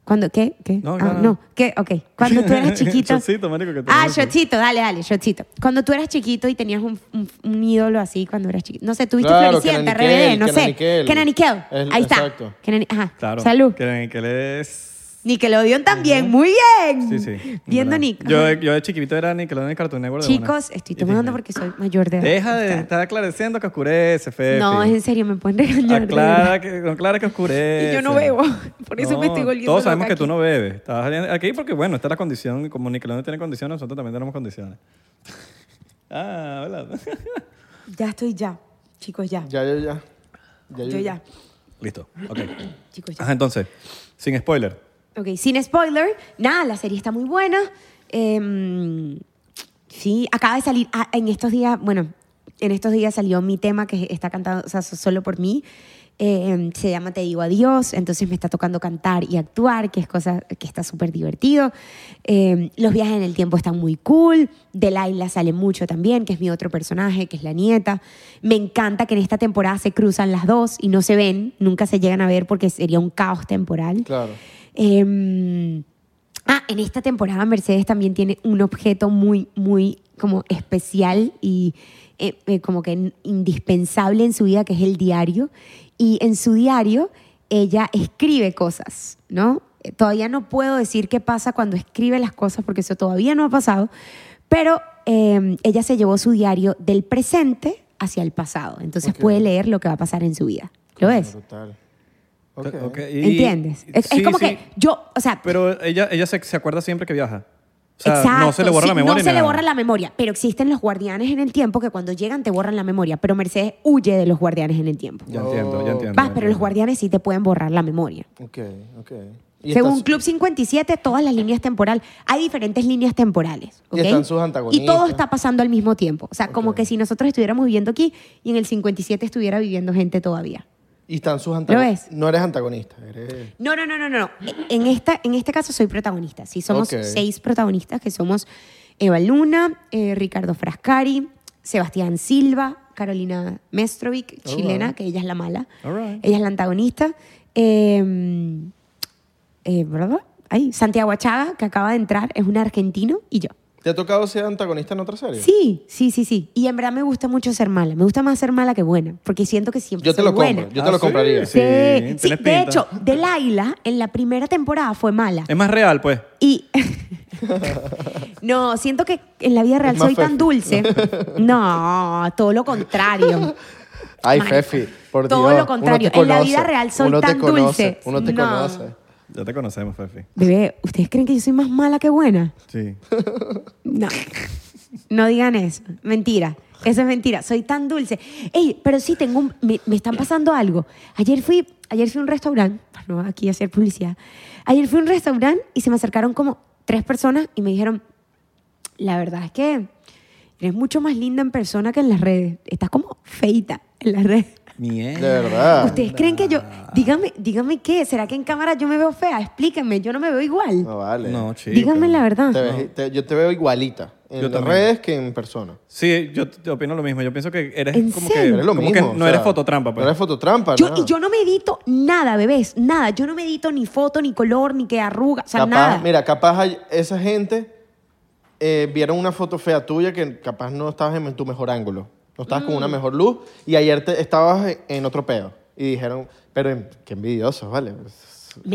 S1: Cuando, ¿Qué? ¿Qué?
S3: No,
S1: Ah,
S3: no, no.
S1: ¿Qué? Ok. Cuando tú eras chiquito.
S3: Shotcito, marico, que te-
S1: ah, shotcito, dale, dale, shotcito. Cuando tú eras chiquito y tenías un, un- un ídolo así cuando eras chiquito. No sé, tuviste
S2: Claro,
S1: Floricienta,
S2: Kenan
S1: RBD, no
S2: Nickel,
S1: sé.
S2: Kenan Nickel.
S1: Kenan Nickel.
S2: Es-
S1: Ahí está.
S2: exacto.
S1: Kenan- ajá.
S3: Claro.
S1: Salud.
S3: Que, que le es...
S1: Nickelodeon también, muy bien.
S3: Sí, sí.
S1: Viendo
S3: Verdad.
S1: Nick.
S3: Yo,
S1: Ajá.
S3: yo de chiquito era Nickelodeon y Cartoon Network. de una.
S1: Chicos, estoy
S3: Y
S1: tomando
S3: Disney.
S1: porque soy mayor de edad.
S3: Deja de
S1: Está-
S3: estar aclareciendo que oscurece, Fefi.
S1: No, es en serio, me pueden regañar. de
S3: Aclara que, aclara que oscurece.
S1: Y yo no bebo, por eso me estoy volviendo
S3: Todos sabemos
S1: loca
S3: que tú
S1: aquí.
S3: no bebes. Estás saliendo aquí porque, bueno, está la condición. y Como Nickelodeon tiene condiciones, nosotros también tenemos condiciones. ah, hola.
S1: verdad. Ya estoy ya, chicos, ya.
S2: Ya, ya, ya. Ya,
S1: Yo ya,
S3: Listo. Ok.
S1: chicos, ya.
S3: Ajá, entonces, sin spoiler.
S1: Ok, sin spoiler, nada, la serie está muy buena. Em, sí, acaba de salir ah, en estos días, bueno, en estos días salió mi tema que está cantado, o sea, so- solo por mí. Em, se llama Te digo adiós, entonces me está tocando cantar y actuar, que es cosa que está súper divertido. Em, los viajes en el tiempo están muy cool. Delilah sale mucho también, que es mi otro personaje, que es la nieta. Me encanta que en esta temporada se cruzan las dos y no se ven, nunca se llegan a ver porque sería un caos temporal.
S2: Claro.
S1: Eh, ah, en esta temporada Mercedes también tiene un objeto muy, muy como especial y eh, eh, como que in- indispensable en su vida, que es el diario. Y en su diario ella escribe cosas, ¿no? Eh, Todavía no puedo decir qué pasa cuando escribe las cosas porque eso todavía no ha pasado, pero eh, ella se llevó su diario del presente hacia el pasado, entonces
S2: Ok.
S1: puede leer lo que va a pasar en su vida. ¿Lo ves?
S2: Brutal.
S3: Ok,
S2: ok.
S3: y-
S1: ¿Entiendes? Es, es
S3: sí,
S1: como
S3: sí.
S1: que yo, o sea,
S3: Pero ella, ella se, se acuerda siempre que viaja. O sea, no se le
S1: Exacto,
S3: borra
S1: sí,
S3: la memoria.
S1: No se
S3: ni
S1: le
S3: nada.
S1: borra la memoria, pero existen los guardianes en el tiempo que cuando llegan te borran la memoria, pero Mercedes huye de los guardianes en el tiempo.
S3: Ya entiendo, ya entiendo.
S1: Vas, pero los guardianes sí te pueden borrar la memoria.
S2: Ok, ok. Y
S1: Según
S2: estás-
S1: Club 57, todas las líneas temporales, hay diferentes líneas temporales.
S2: Y
S1: ¿ok?
S2: están sus antagonistas.
S1: Y todo está pasando al mismo tiempo. O sea, como
S2: Ok.
S1: que si nosotros estuviéramos viviendo aquí y en el 57 estuviera viviendo gente todavía.
S2: Y están sus antagonistas.
S1: ves?
S2: No eres antagonista, eres...
S1: No, no, no, no, no. En, esta, en este caso soy protagonista. Sí, somos
S2: Ok.
S1: seis protagonistas, que somos Eva Luna, eh, Ricardo Frascari, Sebastián Silva, Carolina Mestrovic,
S2: All
S1: chilena,
S2: right.
S1: que ella es la mala.
S3: All right.
S1: Ella es la antagonista. Eh, eh, ¿verdad? Ahí, Santiago Achaga, que acaba de entrar, es un argentino, y yo.
S2: ¿Te ha tocado ser antagonista en otra serie?
S1: Sí, sí, sí, sí. Y en verdad me gusta mucho ser mala. Me gusta más ser mala que buena, porque siento que siempre
S2: Yo te
S1: soy
S2: lo
S1: buena.
S2: compro, yo te lo
S3: Ah, ¿sí?
S2: compraría.
S3: Sí,
S1: Sí,
S3: tenés
S1: sí,
S3: pinta.
S1: de hecho, Delaila en la primera temporada fue mala.
S3: Es más real, pues.
S1: Y. no, siento que en la vida real
S2: Es más
S1: soy tan
S2: fefi.
S1: dulce. no, todo lo contrario.
S2: Ay,
S1: Marica.
S2: Fefi. Por
S1: Todo
S2: Dios,
S1: lo contrario.
S2: uno te
S1: En la
S2: conoce,
S1: vida real soy
S2: uno te
S1: tan
S2: conoce,
S1: dulce.
S2: Uno te
S1: No.
S2: conoce.
S3: Ya te conocemos, Fefi.
S1: Bebé, ¿ustedes creen que yo soy más mala que buena?
S3: Sí.
S1: No. No digan eso. Mentira. Eso es mentira. Soy tan dulce. Ey, pero sí tengo un- me, me están pasando algo. Ayer fui, ayer fui a un restaurante, para no aquí hacer publicidad. Ayer fui a un restaurante y se me acercaron como tres personas y me dijeron, la verdad es que eres mucho más linda en persona que en las redes. Estás como feita en las redes.
S2: De
S3: Mierda.
S2: verdad.
S1: ¿Ustedes creen que yo, dígame, dígame qué? ¿Será que en cámara yo me veo fea? Explíquenme, yo no me veo igual.
S2: No vale.
S3: No, chico.
S1: díganme la verdad.
S2: Te ves- te- yo te veo igualita en
S3: Yo
S2: las
S3: también.
S2: redes que en persona.
S3: Sí, yo te opino lo mismo. Yo pienso que eres
S1: ¿En
S3: como
S1: serio?
S3: que.
S2: Eres lo
S3: como
S2: mismo.
S3: que
S2: o
S3: no
S2: sea,
S3: eres fototrampa, pues.
S2: No eres fototrampa,
S1: Yo,
S2: nada.
S1: y yo no me edito nada, bebés, nada. Yo no me edito ni foto, ni color, ni que arruga, o sea,
S2: capaz,
S1: nada.
S2: Mira, capaz hay- esa gente eh, vieron una foto fea tuya que capaz no estabas en tu mejor ángulo. No estabas con
S1: Mm.
S2: una mejor luz y ayer te, estabas en, en otro pedo. Y dijeron, pero en- qué envidiosos, ¿vale?
S1: me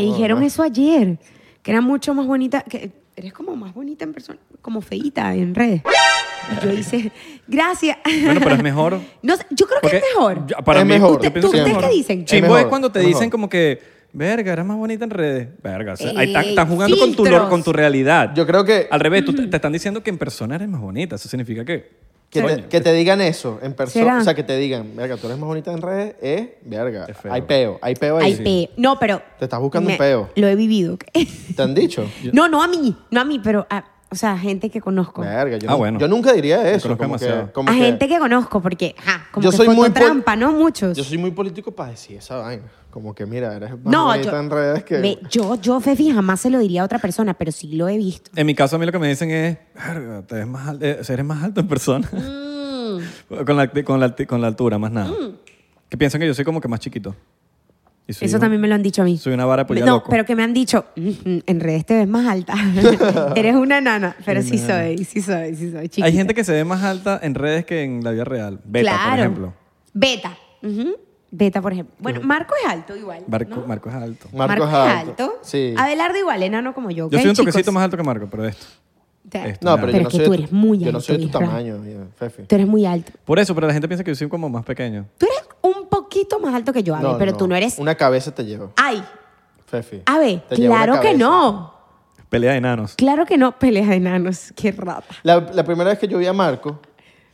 S2: No,
S1: dijeron
S2: no.
S1: eso ayer, que era mucho más bonita, que eres como más bonita en persona, como feita en redes. Y yo hice, gracias.
S3: Bueno, pero es mejor.
S1: No sé, yo creo que
S3: Porque
S1: es mejor.
S3: yo- Para
S2: Es
S3: mí,
S2: mejor.
S3: yo
S2: Usted-
S3: pienso
S2: ¿tú-
S3: que es
S2: ustedes
S3: mejor.
S1: qué dicen? Es
S3: Chimbo es
S2: mejor,
S3: cuando te
S2: es
S3: dicen
S2: mejor.
S3: como que, verga, eres más bonita en redes. Verga, o sea, ahí están,
S1: Ey,
S3: están jugando con tu,
S1: filtros.
S3: con tu realidad.
S2: Yo creo que,
S3: Al revés, tú te, te están diciendo que en persona eres más bonita. Eso significa que.
S2: que, te,
S3: coño,
S2: que te digan eso en persona.
S1: ¿Será?
S2: O sea, que te digan, verga, tú eres más bonita en redes, eh, verga.
S3: Es feo.
S2: Hay peo, hay peo ahí.
S1: Ay, peo. No, pero...
S2: Te estás buscando un peo.
S1: Lo he vivido. ¿ok?
S2: ¿Te han dicho?
S1: no, no a mí, no a mí, pero a, o sea, a gente que conozco.
S2: Verga, yo,
S3: Ah,
S2: nu-
S3: bueno.
S2: yo nunca diría eso.
S3: conozco
S2: Como que,
S3: demasiado.
S2: como
S1: a
S2: que-
S1: gente que conozco, porque, ja, como
S2: Yo
S1: que
S2: soy muy pol-
S1: trampa, ¿no? Muchos.
S2: Yo soy muy político para decir esa vaina. Como que, mira, eres más
S1: Pues No,
S2: bonita
S1: yo,
S2: en redes que...
S1: ve, yo, yo, Fefi, jamás se lo diría a otra persona, pero sí lo he visto.
S3: En mi caso, a mí lo que me dicen es, "Verga, te ves más al- eh, o sea, eres más alto en persona. con, la, con, la, con la altura, más nada. Que piensan que yo soy como que más chiquito. Y soy
S1: Mm. Eso
S3: un-
S1: también me lo han dicho a mí.
S3: soy una vara de polla
S1: No,
S3: loco.
S1: pero que me han dicho, "Mm, mm, en redes te ves más alta. Eres una nana, pero sí soy, sí soy, sí soy chiquita.
S3: Hay gente que se ve más alta en redes que en la vida real. Beta, por ejemplo.
S1: Beta. ujú. Beta, por ejemplo. Bueno, Marco es alto igual.
S3: Marco,
S1: ¿no?
S3: Marco es alto.
S2: Marco es alto. Sí.
S1: Abelardo igual, enano como yo.
S3: Yo
S1: ¿ok,
S3: soy un
S1: chicos?
S3: toquecito más alto que Marco, pero de esto.
S1: O sea,
S3: Esto.
S2: No, pero, yo
S1: Pero
S2: no
S1: es que
S2: soy
S1: tú
S2: de tu-
S1: eres muy
S2: Yo no soy de tu
S1: alto, Israel.
S2: tamaño, ya, Fefi.
S1: Tú eres muy alto.
S3: Por eso, pero la gente piensa que yo soy como más pequeño.
S1: Tú eres un poquito más alto que yo, Abe, pero tú no eres...
S2: Una cabeza te llevo,
S1: Ay,
S2: Fefi.
S1: Abe,
S2: Te llevo una
S1: claro que
S2: cabeza.
S1: no.
S3: Pelea de enanos.
S1: Claro que no, pelea de enanos, qué rata.
S2: La, la primera vez que yo vi a Marco,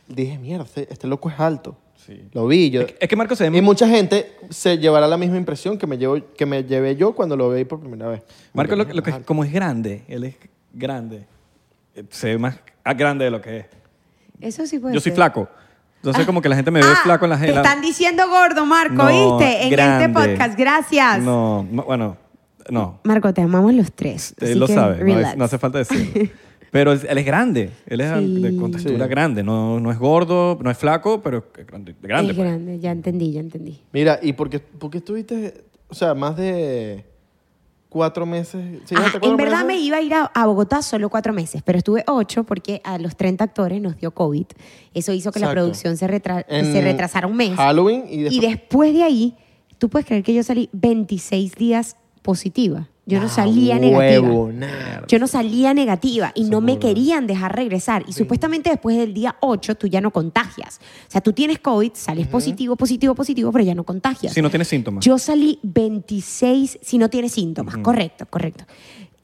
S2: dije, mierda, este, este loco es alto. Lo vi yo.
S3: Es que Marco se ve
S2: Y mucha gente se llevará la misma impresión que me, llevo, que me llevé yo cuando lo vi por primera vez.
S3: Marco, lo, lo que, como es grande, él es grande, eh, se ve más ah, grande de lo que es.
S1: Eso Pues sí puede
S3: Yo soy
S1: ser.
S3: flaco. Entonces, como que la gente me ve
S1: Ah,
S3: flaco en la
S1: Te
S3: en la-
S1: están diciendo gordo, Marco,
S3: No,
S1: ¿viste? En
S3: grande.
S1: este podcast, gracias.
S3: No, ma- bueno, no.
S1: Marco, te amamos los tres.
S3: Él
S1: así
S3: lo
S1: que
S3: sabe, no,
S1: relax.
S3: es- no hace falta decirlo. Pero él, él es grande, él es
S1: Sí.
S3: de contextura
S2: Sí.
S3: grande, no, no es gordo, no es flaco, pero es grande. grande,
S1: Es
S3: pues.
S1: grande, ya entendí, ya entendí.
S2: Mira, ¿y por qué, por qué estuviste, o sea, más de cuatro meses? ¿sí,
S1: Ajá,
S2: hasta cuatro
S1: Ah, en verdad me
S2: meses?
S1: iba a ir a, a Bogotá solo cuatro meses, pero estuve ocho porque a los 30 actores nos dio COVID. Eso hizo que la
S2: Exacto.
S1: producción se, retra-
S2: En
S1: se retrasara un mes.
S2: Halloween y después-
S1: Y después de ahí, tú puedes creer que yo salí 26 días positiva. Yo no
S2: Ah,
S1: salía negativa.
S2: huevo, nerd.
S1: Yo no salía negativa y no me querían dejar regresar. Y supuestamente después del día 8 tú ya no contagias. O sea, tú tienes COVID, sales positivo, positivo, positivo, pero ya no contagias.
S3: Si no tiene síntomas.
S1: Yo salí 26 si no tiene síntomas. Correcto, correcto.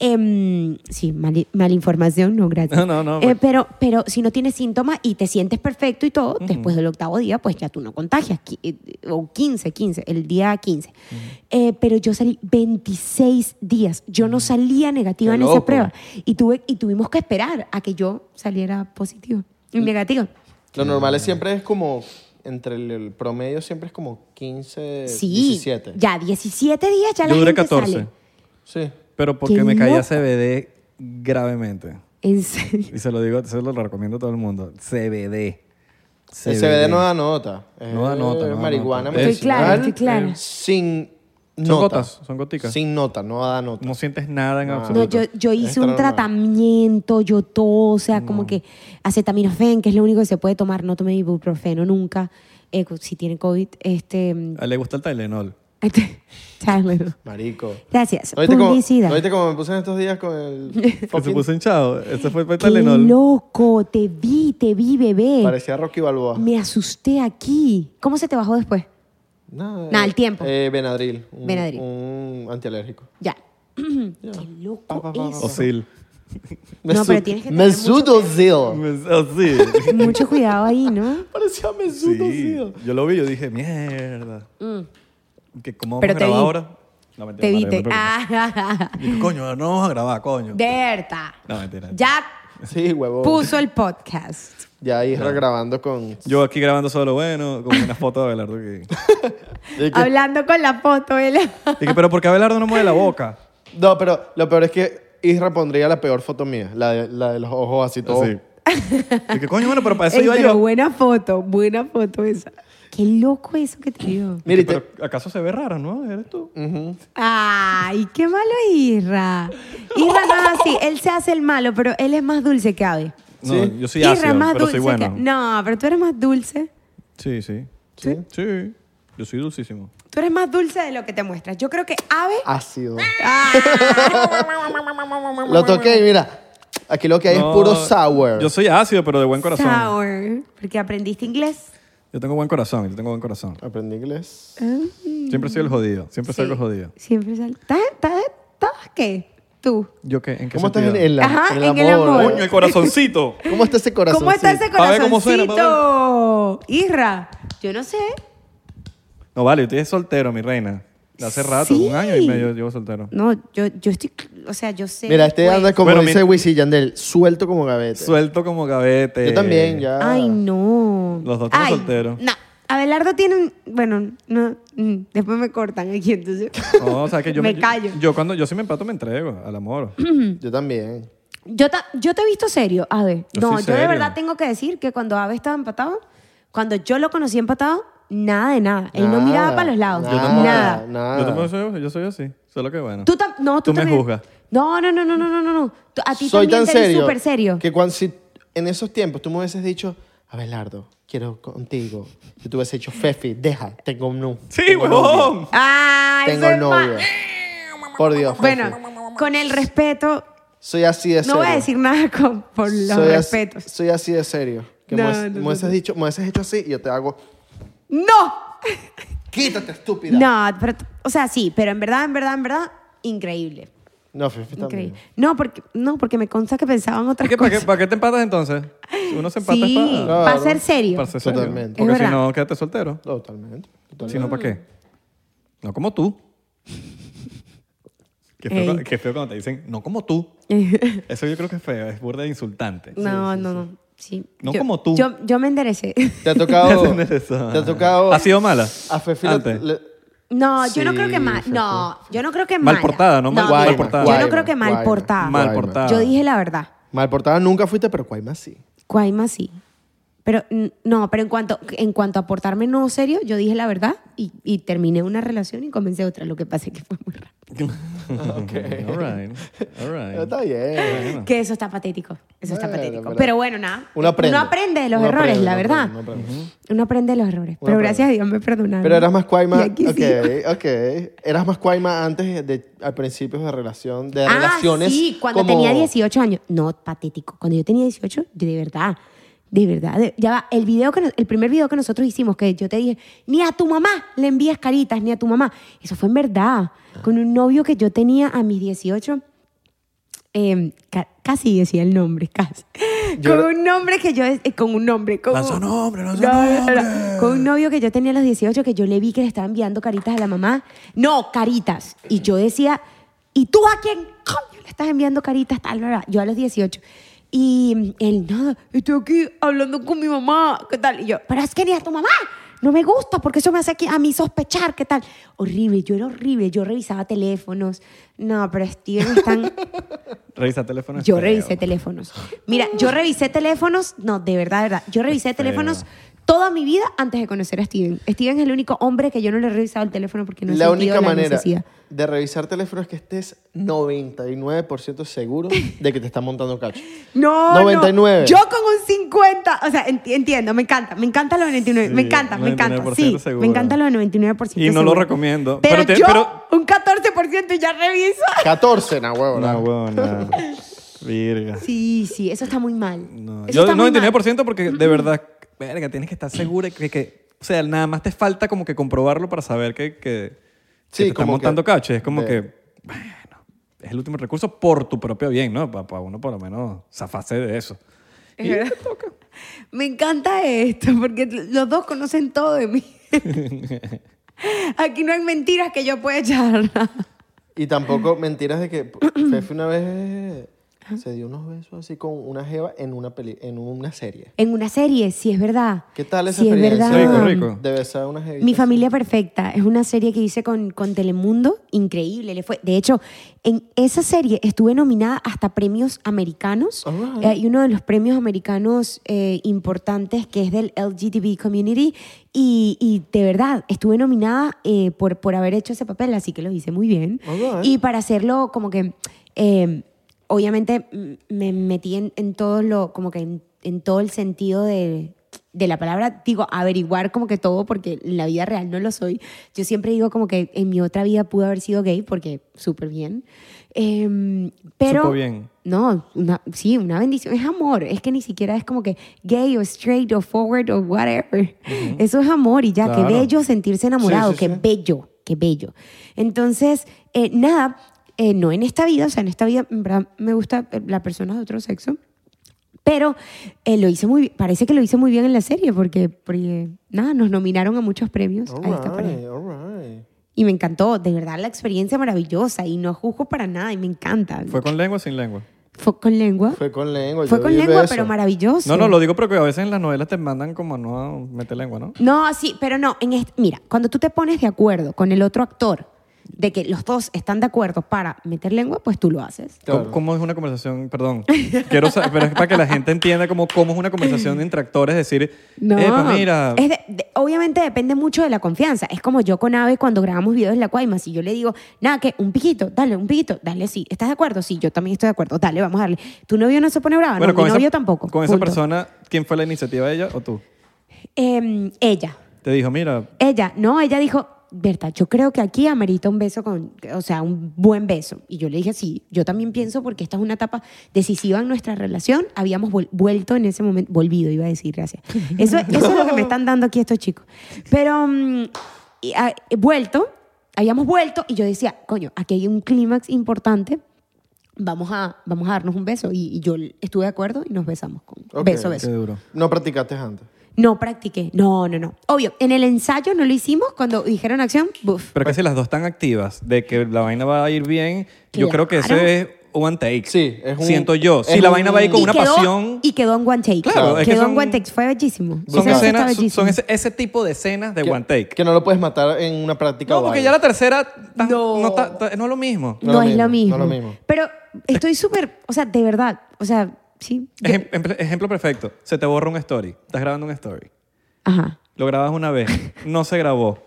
S1: Em, sí, mali- malinformación, no, gracias.
S3: No, no, no,
S1: Eh,
S3: pues.
S1: pero, pero si no tienes síntomas y te sientes perfecto y todo, después del octavo día, pues ya tú no contagias. Qui- eh, O 15, 15, el día 15. Eh, pero yo salí 26 días. Yo no salía negativa
S2: Qué
S1: en
S2: loco.
S1: esa prueba. Y, tuve, y tuvimos que esperar a que yo saliera positivo
S3: Mm.
S1: y negativo.
S2: Lo normal es siempre es como, entre el, el promedio siempre es como 15,
S1: Sí,
S2: 17.
S1: ya 17 días ya
S3: Eh, Yo
S1: la
S3: duré
S1: gente
S3: 14,
S1: sale.
S2: Sí.
S3: pero porque
S1: Qué
S3: me caía
S1: loco.
S3: CBD gravemente.
S1: En serio.
S3: Y se lo digo, se lo recomiendo a todo el mundo. CBD.
S2: El CBD no da nota.
S3: No da
S2: Es
S3: nota, no da
S2: marihuana
S3: nota.
S1: Estoy clara,
S2: medicinal,
S1: estoy clara.
S2: Sin
S3: Son
S2: nota.
S3: gotas, son goticas.
S2: Sin nota, no da nota.
S3: No sientes nada en
S2: No.
S1: No,
S3: absoluto.
S1: yo, yo hice
S2: Extra
S1: un
S2: Ah, normal. Mm.
S1: tratamiento, yo todo, o sea, como que acetaminofén, que es lo único que se puede tomar, no tomé ibuprofeno nunca, eh, cu- si tiene COVID, este... mm,
S3: A él le gusta el Tylenol.
S1: este, Tylenol.
S2: Marico.
S1: Gracias.
S2: ¿No viste cómo-
S1: Publicidad.
S2: no viste cómo me puse en estos días con el
S3: Que se
S2: fucking-
S3: puso hinchado. Ese fue el
S1: ¡Qué
S3: Tylenol.
S1: loco! Te vi, te vi, bebé.
S2: Parecía Rocky Balboa.
S1: Me asusté aquí. ¿Cómo se te bajó después?
S2: Nada,
S1: Nada, el tiempo.
S2: Eh, Benadryl. Un,
S1: Benadryl.
S2: Un antialérgico.
S1: Ya. Qué
S2: Pa,
S1: loco
S2: pa, pa,
S1: eso.
S2: pa,
S3: Osil.
S1: No, pero tienes que tener
S2: Mesut Ozil.
S3: Pues, Osil.
S1: Mucho cuidado ahí, ¿no?
S2: Parecía Mesut
S3: Sí.
S2: Ozil.
S3: Yo lo vi, yo dije, mierda. Que como
S1: Mm. Pero
S3: vamos a
S1: te
S3: grabar
S1: vi.
S3: ahora. No, mentira,
S1: Te
S3: no, no,
S1: viste.
S3: no, no.
S1: Ah,
S3: Dije, coño, no vamos a grabar, coño.
S1: Berta.
S3: No, mentira.
S1: Jack
S2: Sí, huevón.
S1: puso el podcast.
S2: Ya ahí grabando con...
S3: Yo aquí grabando solo bueno, con una foto de Abelardo que.
S2: Y que-
S1: Hablando con la foto, él.
S3: Dije, pero ¿por qué Abelardo no mueve la boca?
S2: No, pero lo peor es que Isra pondría la peor foto mía. La de, la de los ojos así todo.
S3: Así. Dije, coño, bueno, pero para eso
S1: Ey,
S3: iba
S1: pero
S3: Ah, yo.
S1: buena foto, buena foto esa. Qué loco eso que te dio.
S2: Mira, y te-
S3: Pero acaso se ve rara, ¿no? Eres tú.
S1: Ay, qué malo es Isra. Isra no es así, él se hace el malo, pero él es más dulce que Ave.
S3: No,
S2: Sí.
S3: yo soy
S1: Isra
S3: ácido,
S1: es más
S3: pero
S1: dulce
S3: soy bueno.
S1: que... No, pero tú eres más dulce.
S3: Sí, sí.
S2: ¿Sí?
S3: Sí. Yo soy dulcísimo.
S1: Tú eres más dulce de lo que te muestras. Yo creo que Ave...
S2: ácido.
S1: Ah.
S2: Lo toqué y mira, aquí lo que hay
S3: No,
S2: es puro sour.
S3: Yo soy ácido, pero de buen corazón.
S1: Sour. Porque aprendiste inglés.
S3: Yo tengo buen corazón, yo tengo buen corazón.
S2: Aprendí inglés.
S3: Siempre soy el jodido, siempre soy el
S1: Sí.
S3: jodido.
S1: Siempre sal. ¿Estás estás- estás qué? Tú.
S3: ¿Yo qué? ¿En qué
S2: ¿Cómo estás en
S3: sentido?
S2: el,
S1: Ajá,
S2: en el
S1: en el
S2: amor?
S1: amor.
S3: Coño, el corazoncito.
S2: ¿Cómo está ese corazón?
S1: ¿Cómo está ese
S3: Pa' ver cómo suena,
S1: corazoncito? Isra, yo no sé.
S3: No, vale, usted es soltero, mi reina. Hace rato,
S1: Sí.
S3: un año y medio llevo soltero.
S1: No, yo, yo estoy, o sea, yo sé.
S2: Mira, este
S1: pues.
S2: anda como
S3: Bueno,
S2: dice
S3: mi-
S2: Wisin Yandel, suelto como gavete.
S3: Suelto como gavete.
S2: Yo también, ya.
S1: Ay, no.
S3: Los dos como
S1: Ay,
S3: solteros.
S1: No. Abelardo tiene un- bueno, no, mm, después me cortan aquí, entonces.
S3: No, o sea que yo
S1: me callo.
S3: Yo, cuando yo sí me empato me entrego al amor.
S2: Yo también.
S1: Yo, ta- yo te he visto serio, Ave.
S3: Yo
S1: no, yo
S3: soy
S1: de
S3: serio.
S1: verdad tengo que decir que cuando Ave estaba empatado, cuando yo lo conocí empatado, nada de nada. Él no
S2: Nada,
S1: miraba para los lados.
S2: Yo
S1: Nada.
S2: tampoco.
S1: nada.
S2: Nada.
S3: Yo tampoco soy, yo soy así, solo que bueno.
S1: Tú tam- no, tú,
S3: Tú me
S1: también-
S3: juzgas.
S1: No, no, no, no, no, no, no, no. Tú- A ti
S2: Soy
S1: también
S2: tan
S1: te vi
S2: serio,
S1: súper serio.
S2: que cuando si en esos tiempos tú me hubieses dicho, Abelardo, quiero contigo. Yo te hubiese dicho, Fefi, deja, tengo un nu.
S3: ¡Sí,
S2: tengo novio,
S3: huevón!
S1: Ay,
S2: Tengo
S1: soy
S2: novio.
S1: ma-
S2: Por Dios, Fefi.
S1: Bueno, con el respeto,
S2: soy así de
S1: no
S2: serio.
S1: voy a decir nada con- por los
S2: soy as-
S1: respetos.
S2: soy así de serio. Que
S1: No,
S2: me, hubies-
S1: no,
S2: me
S1: no,
S2: hubieses dicho, me hubieses hecho así y yo te hago,
S1: ¡No!
S2: quítate, estúpida.
S1: No, pero, o sea, sí, pero en verdad, en verdad, en verdad, increíble.
S2: No, Fefi también.
S1: Increíble. No, porque, no, porque me consta que pensaban otras
S3: ¿Qué- ¿Para qué,
S1: cosas.
S3: ¿Para qué te empatas entonces? Si uno se empata
S1: sí,
S3: es para...
S2: Claro.
S1: para ser serio.
S3: Para ser serio.
S2: Totalmente.
S1: Es
S3: Porque si
S1: verdad.
S3: no, quédate soltero.
S2: Totalmente. totalmente.
S3: Si no, ¿para qué? No como tú. Qué
S1: Ey.
S3: feo, cu- qué feo cuando te dicen, no como tú. Eso yo creo que es feo, es burda de insultante.
S1: no, no, no. Sí.
S3: No
S1: Yo-
S3: como tú.
S1: Yo, yo me enderecé.
S2: Te ha tocado.
S3: Entender eso.
S2: te ha tocado.
S3: ¿Ha sido mala?
S2: A Fefi le-
S3: Antes.
S2: le-
S1: No, yo no creo que
S2: Sí,
S1: mal.
S2: fue-
S1: No, yo no creo que mal.
S3: Mal portada, ¿no? Mal-
S2: mal
S1: mira,
S2: portada.
S1: Yo no
S2: Guayma,
S1: creo que mal
S2: guayma.
S1: portada.
S3: Mal
S2: Guayma.
S3: portada.
S1: Yo dije la verdad.
S2: mal portada nunca fuiste, pero Cuaima sí.
S1: Guayma sí. Pero mm, no, pero en cuanto, en cuanto a portarme no serio, yo dije la verdad y, y terminé una relación y comencé otra. Lo que pasa es que fue muy raro.
S3: All right, all right.
S2: Está bien.
S1: Que eso está patético. Eso está
S2: Bueno,
S1: patético.
S2: pero-
S1: Pero bueno, nada.
S2: Uno aprende.
S1: Uno aprende de los
S2: Uno
S1: errores,
S2: aprende,
S1: la
S2: uno
S1: verdad.
S2: aprende, uno aprende.
S1: Uno aprende de los errores. pero
S2: aprende.
S1: gracias a Dios me perdonaron.
S2: Pero eras más cuaima.
S1: Y aquí
S2: Ok,
S1: sigo.
S2: ok. Eras más cuaima antes de, al principio de relación, de
S1: Ah,
S2: relaciones.
S1: sí, cuando
S2: como-
S1: tenía 18 años. No, patético. Cuando yo tenía 18, yo de verdad, de verdad, de- ya va, el, video que nos- el primer video que nosotros hicimos, que yo te dije, ni a tu mamá le envías caritas, ni a tu mamá. Eso fue en verdad, con un novio que yo tenía a mis 18. eh, ca- casi decía el nombre, casi.
S2: Yo
S1: con
S2: era-
S1: un nombre que yo... eh, con un nombre, con
S3: Lanza
S1: un-
S3: nombre, lanza
S1: no, no, no,
S3: nombre.
S1: no. Con un novio que yo tenía a los 18 que yo le vi que le estaba enviando caritas a la mamá. No, caritas. Y yo decía, ¿y tú a quién coño le estás enviando caritas? Tal, bla, bla? Yo a los 18. Y él, nada, estoy aquí hablando con mi mamá, ¿qué tal? Y yo, pero es que ni a tu mamá. No me gusta porque eso me hace que- a mí sospechar, ¿qué tal? Horrible, yo era horrible. Yo revisaba teléfonos. No, pero Steven es tan...
S3: Revisa teléfono. es
S1: Yo
S3: feo.
S1: revisé teléfonos. Mira, yo revisé teléfonos, no, de verdad, de verdad. Yo revisé teléfonos toda mi vida antes de conocer a Steven. Steven es el único hombre que yo no le he revisado el teléfono porque no he
S2: la
S1: sentido
S2: única manera
S1: necesidad.
S2: de revisar teléfono es que estés 99% seguro de que te está montando cacho.
S1: No, no.
S2: 99.
S1: Yo con un 50, o sea, enti- entiendo, me encanta, me encanta los 99,
S3: Sí,
S1: me encanta, me encanta, sí,
S3: 99% seguro.
S1: me encanta los 99%.
S3: Y no lo
S1: seguro.
S3: recomiendo.
S1: Pero,
S3: Pero te-
S1: yo
S3: pero-
S1: un 14% y ya reviso.
S2: 14, na huevo.
S3: No,
S2: na.
S3: huevón, no. Virga.
S1: Sí, sí, eso está muy mal.
S3: No,
S1: Eso
S3: Yo
S1: está muy mal.
S3: 99% porque de verdad, verga, tienes que estar segura que, que o sea, nada más te falta como que comprobarlo para saber que, que,
S2: Sí,
S3: que te están
S2: como que-
S3: montando cacho. Es como
S2: de-
S3: que, bueno, es el último recurso por tu propio bien, ¿no? Para uno por lo menos zafarse de eso.
S1: Es
S3: Y
S1: verdad.
S3: te toca.
S1: Me encanta esto, porque los dos conocen todo de mí. Aquí no hay mentiras que yo pueda echar.
S2: Y tampoco mentiras de que Fefi una vez eh, se dio unos besos así con una jeva en una, peli, en una serie.
S1: En una serie, sí es verdad.
S2: ¿Qué tal esa
S1: Sí, es
S2: experiencia?
S1: verdad.
S3: Rico, rico.
S2: De besar a una jevita
S1: Mi
S2: así?
S1: familia perfecta es una serie que hice con, con Telemundo, increíble, le fue. De hecho, en esa serie estuve nominada hasta premios americanos
S2: Alright.
S1: Eh, y uno de los premios americanos eh, importantes que es del LGTB community y, y de verdad estuve nominada eh, por, por haber hecho ese papel, así que lo hice muy bien.
S2: Alright.
S1: Y para hacerlo como que eh, obviamente mm, me metí en, en todo lo como que en, en todo el sentido de de la palabra, digo, averiguar como que todo, porque en la vida real no lo soy. Yo siempre digo como que en mi otra vida pude haber sido gay, porque súper bien. Em, pero...
S3: Supo bien.
S1: No, una- sí, una bendición. Es amor. Es que ni siquiera es como que gay o straight o forward o whatever. Eso es amor y ya, qué
S3: Claro.
S1: bello sentirse enamorado,
S2: Sí, sí,
S1: qué
S2: sí.
S1: bello, qué bello. Entonces, eh, nada, eh, no en esta vida, o sea, en esta vida en verdad, me gusta eh, la persona de otro sexo, pero eh, lo hice muy bien, parece que lo hice muy bien en la serie porque, porque, nada, nos nominaron a muchos premios a esta pareja.
S2: Alright, alright.
S1: Y me encantó, de verdad, la experiencia maravillosa y no juzgo para nada y me encanta.
S3: ¿Fue con lengua o sin lengua?
S1: Fue con lengua.
S2: Fue con lengua.
S1: Fue
S2: yo
S1: con
S2: vi el
S1: lengua,
S2: beso.
S1: pero maravilloso.
S3: No, no, lo digo porque a veces en las novelas te mandan como a no meter lengua, ¿no?
S1: No, sí, pero no. En est- Mira, cuando tú te pones de acuerdo con el otro actor de que los dos están de acuerdo para meter lengua, pues tú lo haces.
S2: Claro.
S3: ¿Cómo, cómo es una conversación? Perdón. Quiero saber, pero es para que la gente entienda cómo, cómo es una conversación entre actores. decir,
S1: No,
S3: "Epa, mira.
S1: Es de- de- obviamente depende mucho de la confianza. Es como yo con Ave cuando grabamos videos en la Cuaima. Si yo le digo, nada, que un piquito, dale, un piquito, dale, sí. ¿Estás de acuerdo? Sí, yo también estoy de acuerdo. Dale, vamos a darle. ¿Tu novio no se pone bravo? Ah, no, mi
S3: esa-
S1: novio tampoco.
S3: Con esa
S1: Punto.
S3: persona, ¿quién fue la iniciativa ella o tú?
S1: Em, ella.
S3: Te dijo, mira,
S1: Ella, no, ella dijo, Berta, yo creo que aquí amerita un beso con, o sea, un buen beso. Y yo le dije, sí, yo también pienso porque esta es una etapa decisiva en nuestra relación. Habíamos vuel- vuelto en ese momento, volvido, iba a decir, gracias. Eso, eso es lo que me están dando aquí estos chicos. Pero mm, y, ah, vuelto, habíamos vuelto y yo decía, coño, aquí hay un clímax importante. Vamos a, vamos a darnos un beso. Y, y yo estuve de acuerdo y nos besamos. Con,
S2: Ok,
S1: beso,
S2: ok.
S1: beso.
S3: qué duro.
S2: No practicaste antes.
S1: No practiqué. No, no, no. Obvio, en el ensayo no lo hicimos cuando dijeron acción. Buf.
S3: Pero que si las dos están activas, de que la vaina va a ir bien, yo creo que
S1: Claro.
S3: ese es one take.
S2: Sí, es un-
S3: Siento yo. Si
S2: es
S3: la vaina va a ir con
S1: Y
S3: una
S1: quedó-
S3: pasión.
S1: Y quedó en one take.
S3: Claro, es que
S1: quedó en
S3: son-
S1: one take. Fue bellísimo.
S3: Son
S1: Ese beso
S3: escenas,
S1: está
S3: son- son
S1: bellísimo.
S3: ese, ese tipo de escenas de
S2: Que-
S3: one take.
S2: Que no lo puedes matar en una práctica.
S3: no, porque
S2: vaga.
S3: ya la tercera ta-
S1: No.
S3: no, ta- ta- no es lo mismo.
S1: No,
S2: No lo
S1: es lo mismo.
S2: mismo, no lo mismo.
S1: Pero estoy súper, o sea, de verdad, o sea, sí. yo-
S3: Ejem- emple- ejemplo perfecto. Se te borra un story. Estás grabando un story.
S1: Ajá.
S3: Lo grabas una vez. No se grabó.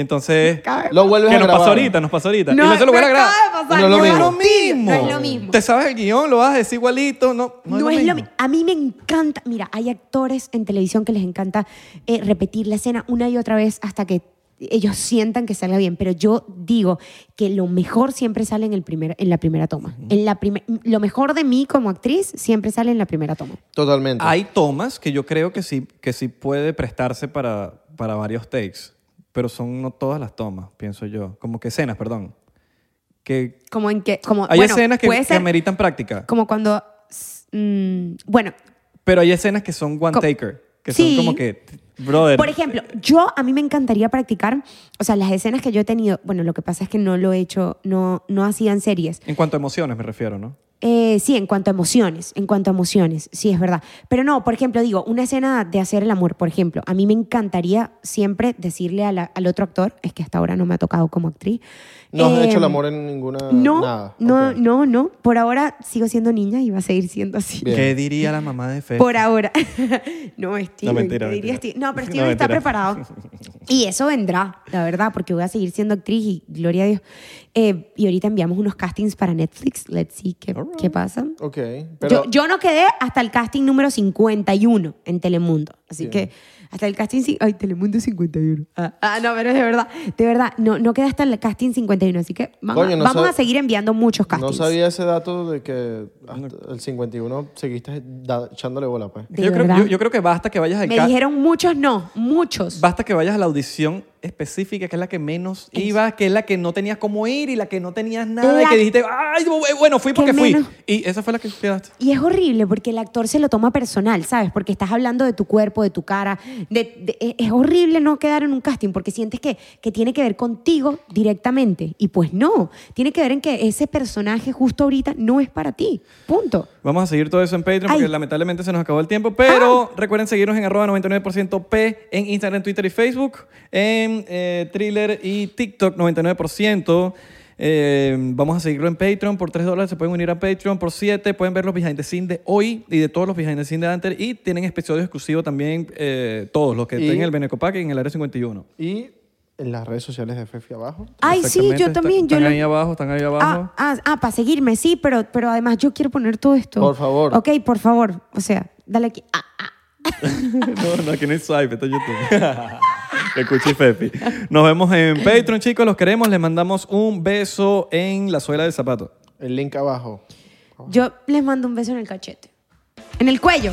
S3: entonces...
S2: Lo vuelves
S3: Que
S2: a
S3: nos
S2: grabar.
S3: pasó ahorita, nos pasó ahorita.
S1: No,
S3: y no se lo
S1: me
S3: voy a grabar.
S1: acaba de pasar,
S2: No es lo
S1: yo-
S2: mismo.
S1: No
S3: mismo.
S1: es lo mismo.
S3: Te sabes el guión, lo vas a decir igualito. No, no,
S1: No,
S3: es, lo
S1: mi-
S3: mismo.
S1: A mí me encanta. Mira, hay actores en televisión que les encanta eh, repetir la escena una y otra vez hasta que ellos sientan que salga bien. Pero yo digo que lo mejor siempre sale en, el primer, en la primera toma. en la primer- lo mejor de mí como actriz siempre sale en la primera toma.
S2: Totalmente.
S3: Hay tomas que yo creo que sí, que sí puede prestarse para, para varios takes, pero son no todas las tomas, pienso yo. Como que escenas, perdón. Que
S1: Como en que. Como,
S3: hay
S1: bueno,
S3: escenas que,
S1: puede
S3: que
S1: ser
S3: ameritan práctica,
S1: Como cuando. s- mm, bueno,
S3: pero hay escenas que son one
S1: Co-
S3: taker, que
S1: Sí.
S3: son como que, brother.
S1: Por ejemplo, yo a mí me encantaría practicar, o sea, las escenas que yo he tenido, bueno, lo que pasa es que no lo he hecho, no, no hacían series,
S3: en cuanto a emociones me refiero, ¿no?
S1: Eh, sí, en cuanto a emociones, en cuanto a emociones, sí, es verdad. Pero no, por ejemplo, digo, una escena de hacer el amor, por ejemplo, a mí me encantaría siempre decirle a la- al otro actor, es que hasta ahora no me ha tocado como actriz.
S2: No has
S1: eh,
S2: hecho el amor en ninguna.
S1: No,
S2: nada.
S1: no,
S2: Ok.
S1: no, no. Por ahora sigo siendo niña y va a seguir siendo así.
S2: Bien.
S3: ¿Qué diría la mamá de Fe?
S1: Por ahora. no, Steven.
S3: No, mentira,
S1: ¿qué diría
S3: mentira.
S1: Steven? No, pero
S3: No,
S1: Steven está
S3: mentira.
S1: preparado. Y eso vendrá, la verdad, porque voy a seguir siendo actriz y gloria a Dios. Eh, y ahorita enviamos unos castings para Netflix. Let's see qué,
S3: Alright.
S1: qué pasa.
S2: Ok. Pero
S1: yo, yo no quedé hasta el casting número 51 en Telemundo. Así que hasta el casting... cin- Ay, Telemundo 51. Ah, ah, no, pero es de verdad. De verdad, no, no queda hasta el casting 51. Así que vamos,
S2: Coño, no
S1: vamos
S2: sab-
S1: a seguir enviando muchos
S2: No
S1: castings.
S2: sabía ese dato de que hasta el 51 seguiste da- echándole bola, pues.
S1: De
S3: yo, creo,
S1: verdad.
S3: yo- yo creo que basta que vayas al
S1: Me
S3: ca-
S1: dijeron muchos no, muchos.
S3: Basta que vayas a la audición específica, que es la que menos ibas, que es la que no tenías cómo ir y la que no tenías nada y
S1: La-
S3: que dijiste, ay, bu- bueno, fui
S1: Que
S3: porque fui.
S1: menos-
S3: Y esa fue la que quedaste.
S1: Y es horrible porque el actor se lo toma personal, ¿sabes? Porque estás hablando de tu cuerpo, de tu cara. de- de- es- es horrible no quedar en un casting porque sientes que, que tiene que ver contigo directamente. Y pues no, tiene que ver en que ese personaje justo ahorita no es para ti. Punto.
S3: Vamos a seguir todo eso en Patreon porque
S1: Ay. Ah.
S3: lamentablemente se nos acabó el tiempo, pero recuerden seguirnos en arroba 99% P en Instagram, Twitter y Facebook, en eh, Thriller y TikTok 99%. Eh, vamos a seguirlo en Patreon por 3 dólares. Se pueden unir a Patreon por 7. Pueden ver los behind the scenes de hoy y de todos los behind the scenes de antes. Y tienen episodios exclusivos también, eh, todos los que
S2: Y-
S3: estén en el Benecopac y en el área 51.
S2: Y en las redes sociales de Fefi abajo.
S1: Ay, sí,
S3: Exactamente,
S1: yo
S3: está-
S1: también. yo
S3: Están
S1: lo-
S3: ahí abajo, están ahí abajo.
S1: Ah, ah, ah, para seguirme, sí, pero, pero además yo quiero poner todo esto.
S2: Por favor.
S1: Ok, por favor. O sea, dale aquí. Ah, ah.
S3: No, no, aquí no hay swipe, esto es YouTube. Escuché Pepe. Nos vemos en Patreon, chicos. Los queremos. Les mandamos un beso en la suela del zapato.
S2: El link abajo.
S1: Yo les mando un beso en el cachete. En el cuello.